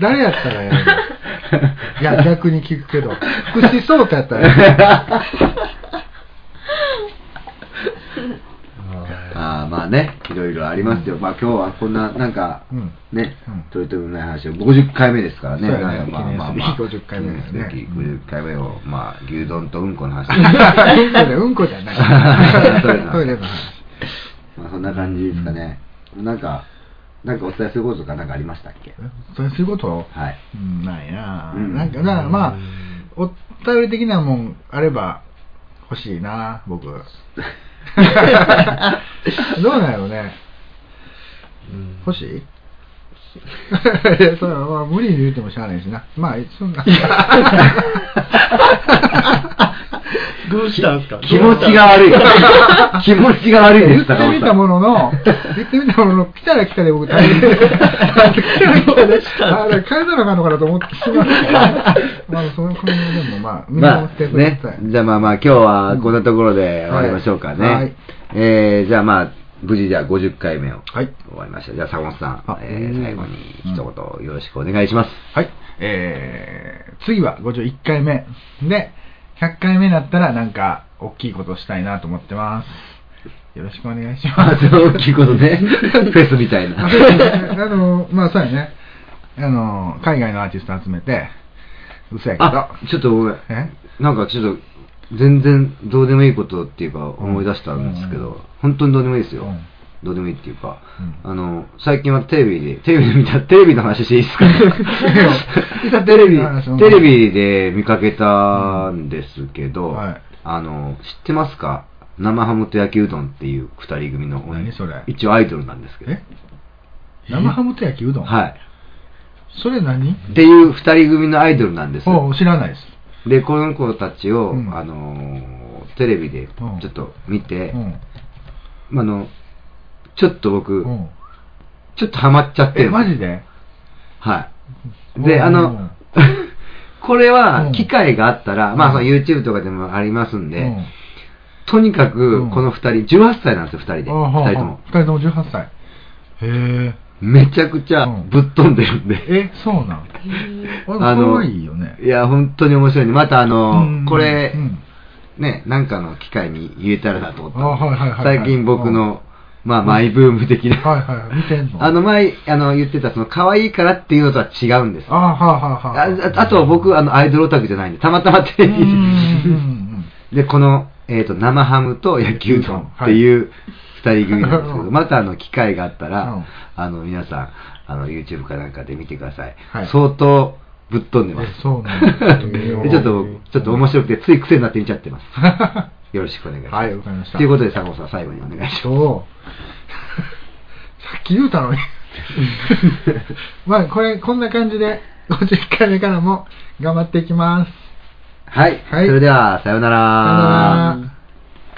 [SPEAKER 3] 誰やったらやる
[SPEAKER 2] [laughs]
[SPEAKER 3] のいや逆に聞くけど福士蒼太やったらや
[SPEAKER 2] [laughs]
[SPEAKER 3] る
[SPEAKER 2] あーまあね、いろいろありますよ。まあ今日はこんな、なんか、
[SPEAKER 3] うん
[SPEAKER 2] ね
[SPEAKER 3] うん、
[SPEAKER 2] とりとめもない話を、50回目ですからね。
[SPEAKER 3] そうやね
[SPEAKER 2] なんかまあまあまあ、
[SPEAKER 3] 記念すべき50回目ですね
[SPEAKER 2] 記念すべき50回目を、まあ牛丼とうんこの話。
[SPEAKER 3] [laughs] うんこだうんこ
[SPEAKER 2] [laughs]
[SPEAKER 3] じゃない
[SPEAKER 2] トイレの
[SPEAKER 3] トイレの話
[SPEAKER 2] まあそんな感じですかね。なんか、なんかお伝えすることとかなんかありましたっけ
[SPEAKER 3] それそういうこと
[SPEAKER 2] はい。
[SPEAKER 3] うんないな、
[SPEAKER 2] うん
[SPEAKER 3] なんかだからまあお便り的なもんあれば欲 [laughs] しいな僕どうなんやろうね
[SPEAKER 4] うん
[SPEAKER 3] 欲しい [laughs] いやそれはまあ無理に言うてもしゃあないしな。まあ、そんな。
[SPEAKER 4] どうしたんですか
[SPEAKER 2] 気持ちが悪い。気持ちが悪いで
[SPEAKER 3] 言っ
[SPEAKER 2] す、
[SPEAKER 3] て
[SPEAKER 2] 高
[SPEAKER 3] み
[SPEAKER 2] 尾さ
[SPEAKER 3] たも
[SPEAKER 2] ん。
[SPEAKER 3] のの、言ってみたものの、来たら来たで僕大変。来たら来たで、あれ、変えたのかんのかなと思ってしまった。まあ、その感じでも、まあ、見守
[SPEAKER 2] [laughs] ま
[SPEAKER 3] って
[SPEAKER 2] あ
[SPEAKER 3] くだ
[SPEAKER 2] ね
[SPEAKER 3] さい。、
[SPEAKER 2] じゃあまあまあ今日はこんなところで終わりましょうかね。
[SPEAKER 3] うんはい
[SPEAKER 2] えーじゃあまあ、無事じゃあ50回目を
[SPEAKER 3] はい。
[SPEAKER 2] 終わりました。じゃあ坂本さん
[SPEAKER 3] あ、
[SPEAKER 2] えー
[SPEAKER 3] うん
[SPEAKER 2] 最後に一言よろしくお願いします。
[SPEAKER 3] はい。えー、次は51回目。で、100回目になったら、なんか、大きいことしたいなと思ってます。よろしくお願いし
[SPEAKER 2] あ
[SPEAKER 3] ま、
[SPEAKER 2] そ
[SPEAKER 3] す。
[SPEAKER 2] う大きいことね。フェスみたいな。
[SPEAKER 3] [laughs] あの、まあ、そうやね。あの、海外のアーティスト集めて、嘘やけど
[SPEAKER 2] あ。、ちょっとごめん。
[SPEAKER 3] え
[SPEAKER 2] なんかちょっと、全然どうでもいいことっていうか思い出したんですけ
[SPEAKER 3] うん
[SPEAKER 2] ど、本当にどうでもいいですよ。
[SPEAKER 3] うん
[SPEAKER 2] どうでもいいっていうか、
[SPEAKER 3] う
[SPEAKER 2] あの、最近はテレビで、テレビで見た、テレビの話していいですか
[SPEAKER 3] テレビの
[SPEAKER 2] [laughs]
[SPEAKER 3] 話
[SPEAKER 2] テレビで見かけたんですけど、
[SPEAKER 3] うんはい
[SPEAKER 2] あの、知ってますか生ハムと焼きうどんっていう二人組の、
[SPEAKER 3] 何それ
[SPEAKER 2] 一応アイドルなんですけど。
[SPEAKER 3] え生ハムと焼きうどん。
[SPEAKER 2] はいい。
[SPEAKER 3] それ何
[SPEAKER 2] っていう二人組のアイドルなんです
[SPEAKER 3] おう知らないです。
[SPEAKER 2] で、この子たちを、
[SPEAKER 3] うん
[SPEAKER 2] あのーテレビで
[SPEAKER 3] うん
[SPEAKER 2] ちょっと見て、
[SPEAKER 3] うん
[SPEAKER 2] あの、ちょっと僕、
[SPEAKER 3] うん
[SPEAKER 2] ちょっとハマっちゃって
[SPEAKER 3] え、
[SPEAKER 2] る。
[SPEAKER 3] マジで
[SPEAKER 2] はい。
[SPEAKER 3] う
[SPEAKER 2] で、
[SPEAKER 3] ん
[SPEAKER 2] あ
[SPEAKER 3] う
[SPEAKER 2] の
[SPEAKER 3] ん、
[SPEAKER 2] [laughs] これ
[SPEAKER 3] う
[SPEAKER 2] は
[SPEAKER 3] ん
[SPEAKER 2] 機会があったら、まあ
[SPEAKER 3] うん
[SPEAKER 2] その YouTube とかでもありますんで、
[SPEAKER 3] うん
[SPEAKER 2] とにか
[SPEAKER 3] う
[SPEAKER 2] く
[SPEAKER 3] ん
[SPEAKER 2] この2人、18歳なんですよ、2人で。
[SPEAKER 3] あはあ
[SPEAKER 2] 2人とも
[SPEAKER 3] 2。人とも18歳。へ
[SPEAKER 2] めちゃくちゃ
[SPEAKER 3] うん
[SPEAKER 2] ぶっ飛んでるん
[SPEAKER 3] え。
[SPEAKER 2] で。
[SPEAKER 3] え、そうなん。あ
[SPEAKER 2] あ
[SPEAKER 3] れ、か
[SPEAKER 2] の
[SPEAKER 3] わいいよね。
[SPEAKER 2] いや、本当に面白いんで、またあの、これ
[SPEAKER 3] う、ん
[SPEAKER 2] ね、なんかの機会に言えたらなと思ったんで
[SPEAKER 3] あはいはいはいはい
[SPEAKER 2] 最近僕の、まあ、
[SPEAKER 3] うん
[SPEAKER 2] マイブーム的な、
[SPEAKER 3] はいはいはい見てんの
[SPEAKER 2] [laughs] あの前あの言ってたその可愛いからっていうのとは違うんです
[SPEAKER 3] あはあはあは
[SPEAKER 2] あああと僕あのアイドルオタクじゃないんでたまたまテレビ
[SPEAKER 3] うんうんうん
[SPEAKER 2] [laughs] でこの、えー、と生ハムと焼きうどんっていう2人組なんですけど、
[SPEAKER 3] うん
[SPEAKER 2] またあの機会があったら、
[SPEAKER 3] うん
[SPEAKER 2] あの皆さんあの YouTube かなんかで見てください、
[SPEAKER 3] はい
[SPEAKER 2] 相当ぶっ飛んでます
[SPEAKER 3] えそうなんだ
[SPEAKER 2] [laughs] でちょっとちょっと面白くてつい癖になって見ちゃってますよろしくお願い [laughs] します。
[SPEAKER 3] はいわかりました
[SPEAKER 2] ということで、坂本さん、最後にお願いします。
[SPEAKER 3] そう。さっき言う
[SPEAKER 2] [laughs]
[SPEAKER 3] たのに。まあ、これ、こんな感じで、50回目からも頑張っていきます。
[SPEAKER 2] はい、
[SPEAKER 3] はい
[SPEAKER 2] それでは、さようなら
[SPEAKER 3] さよなら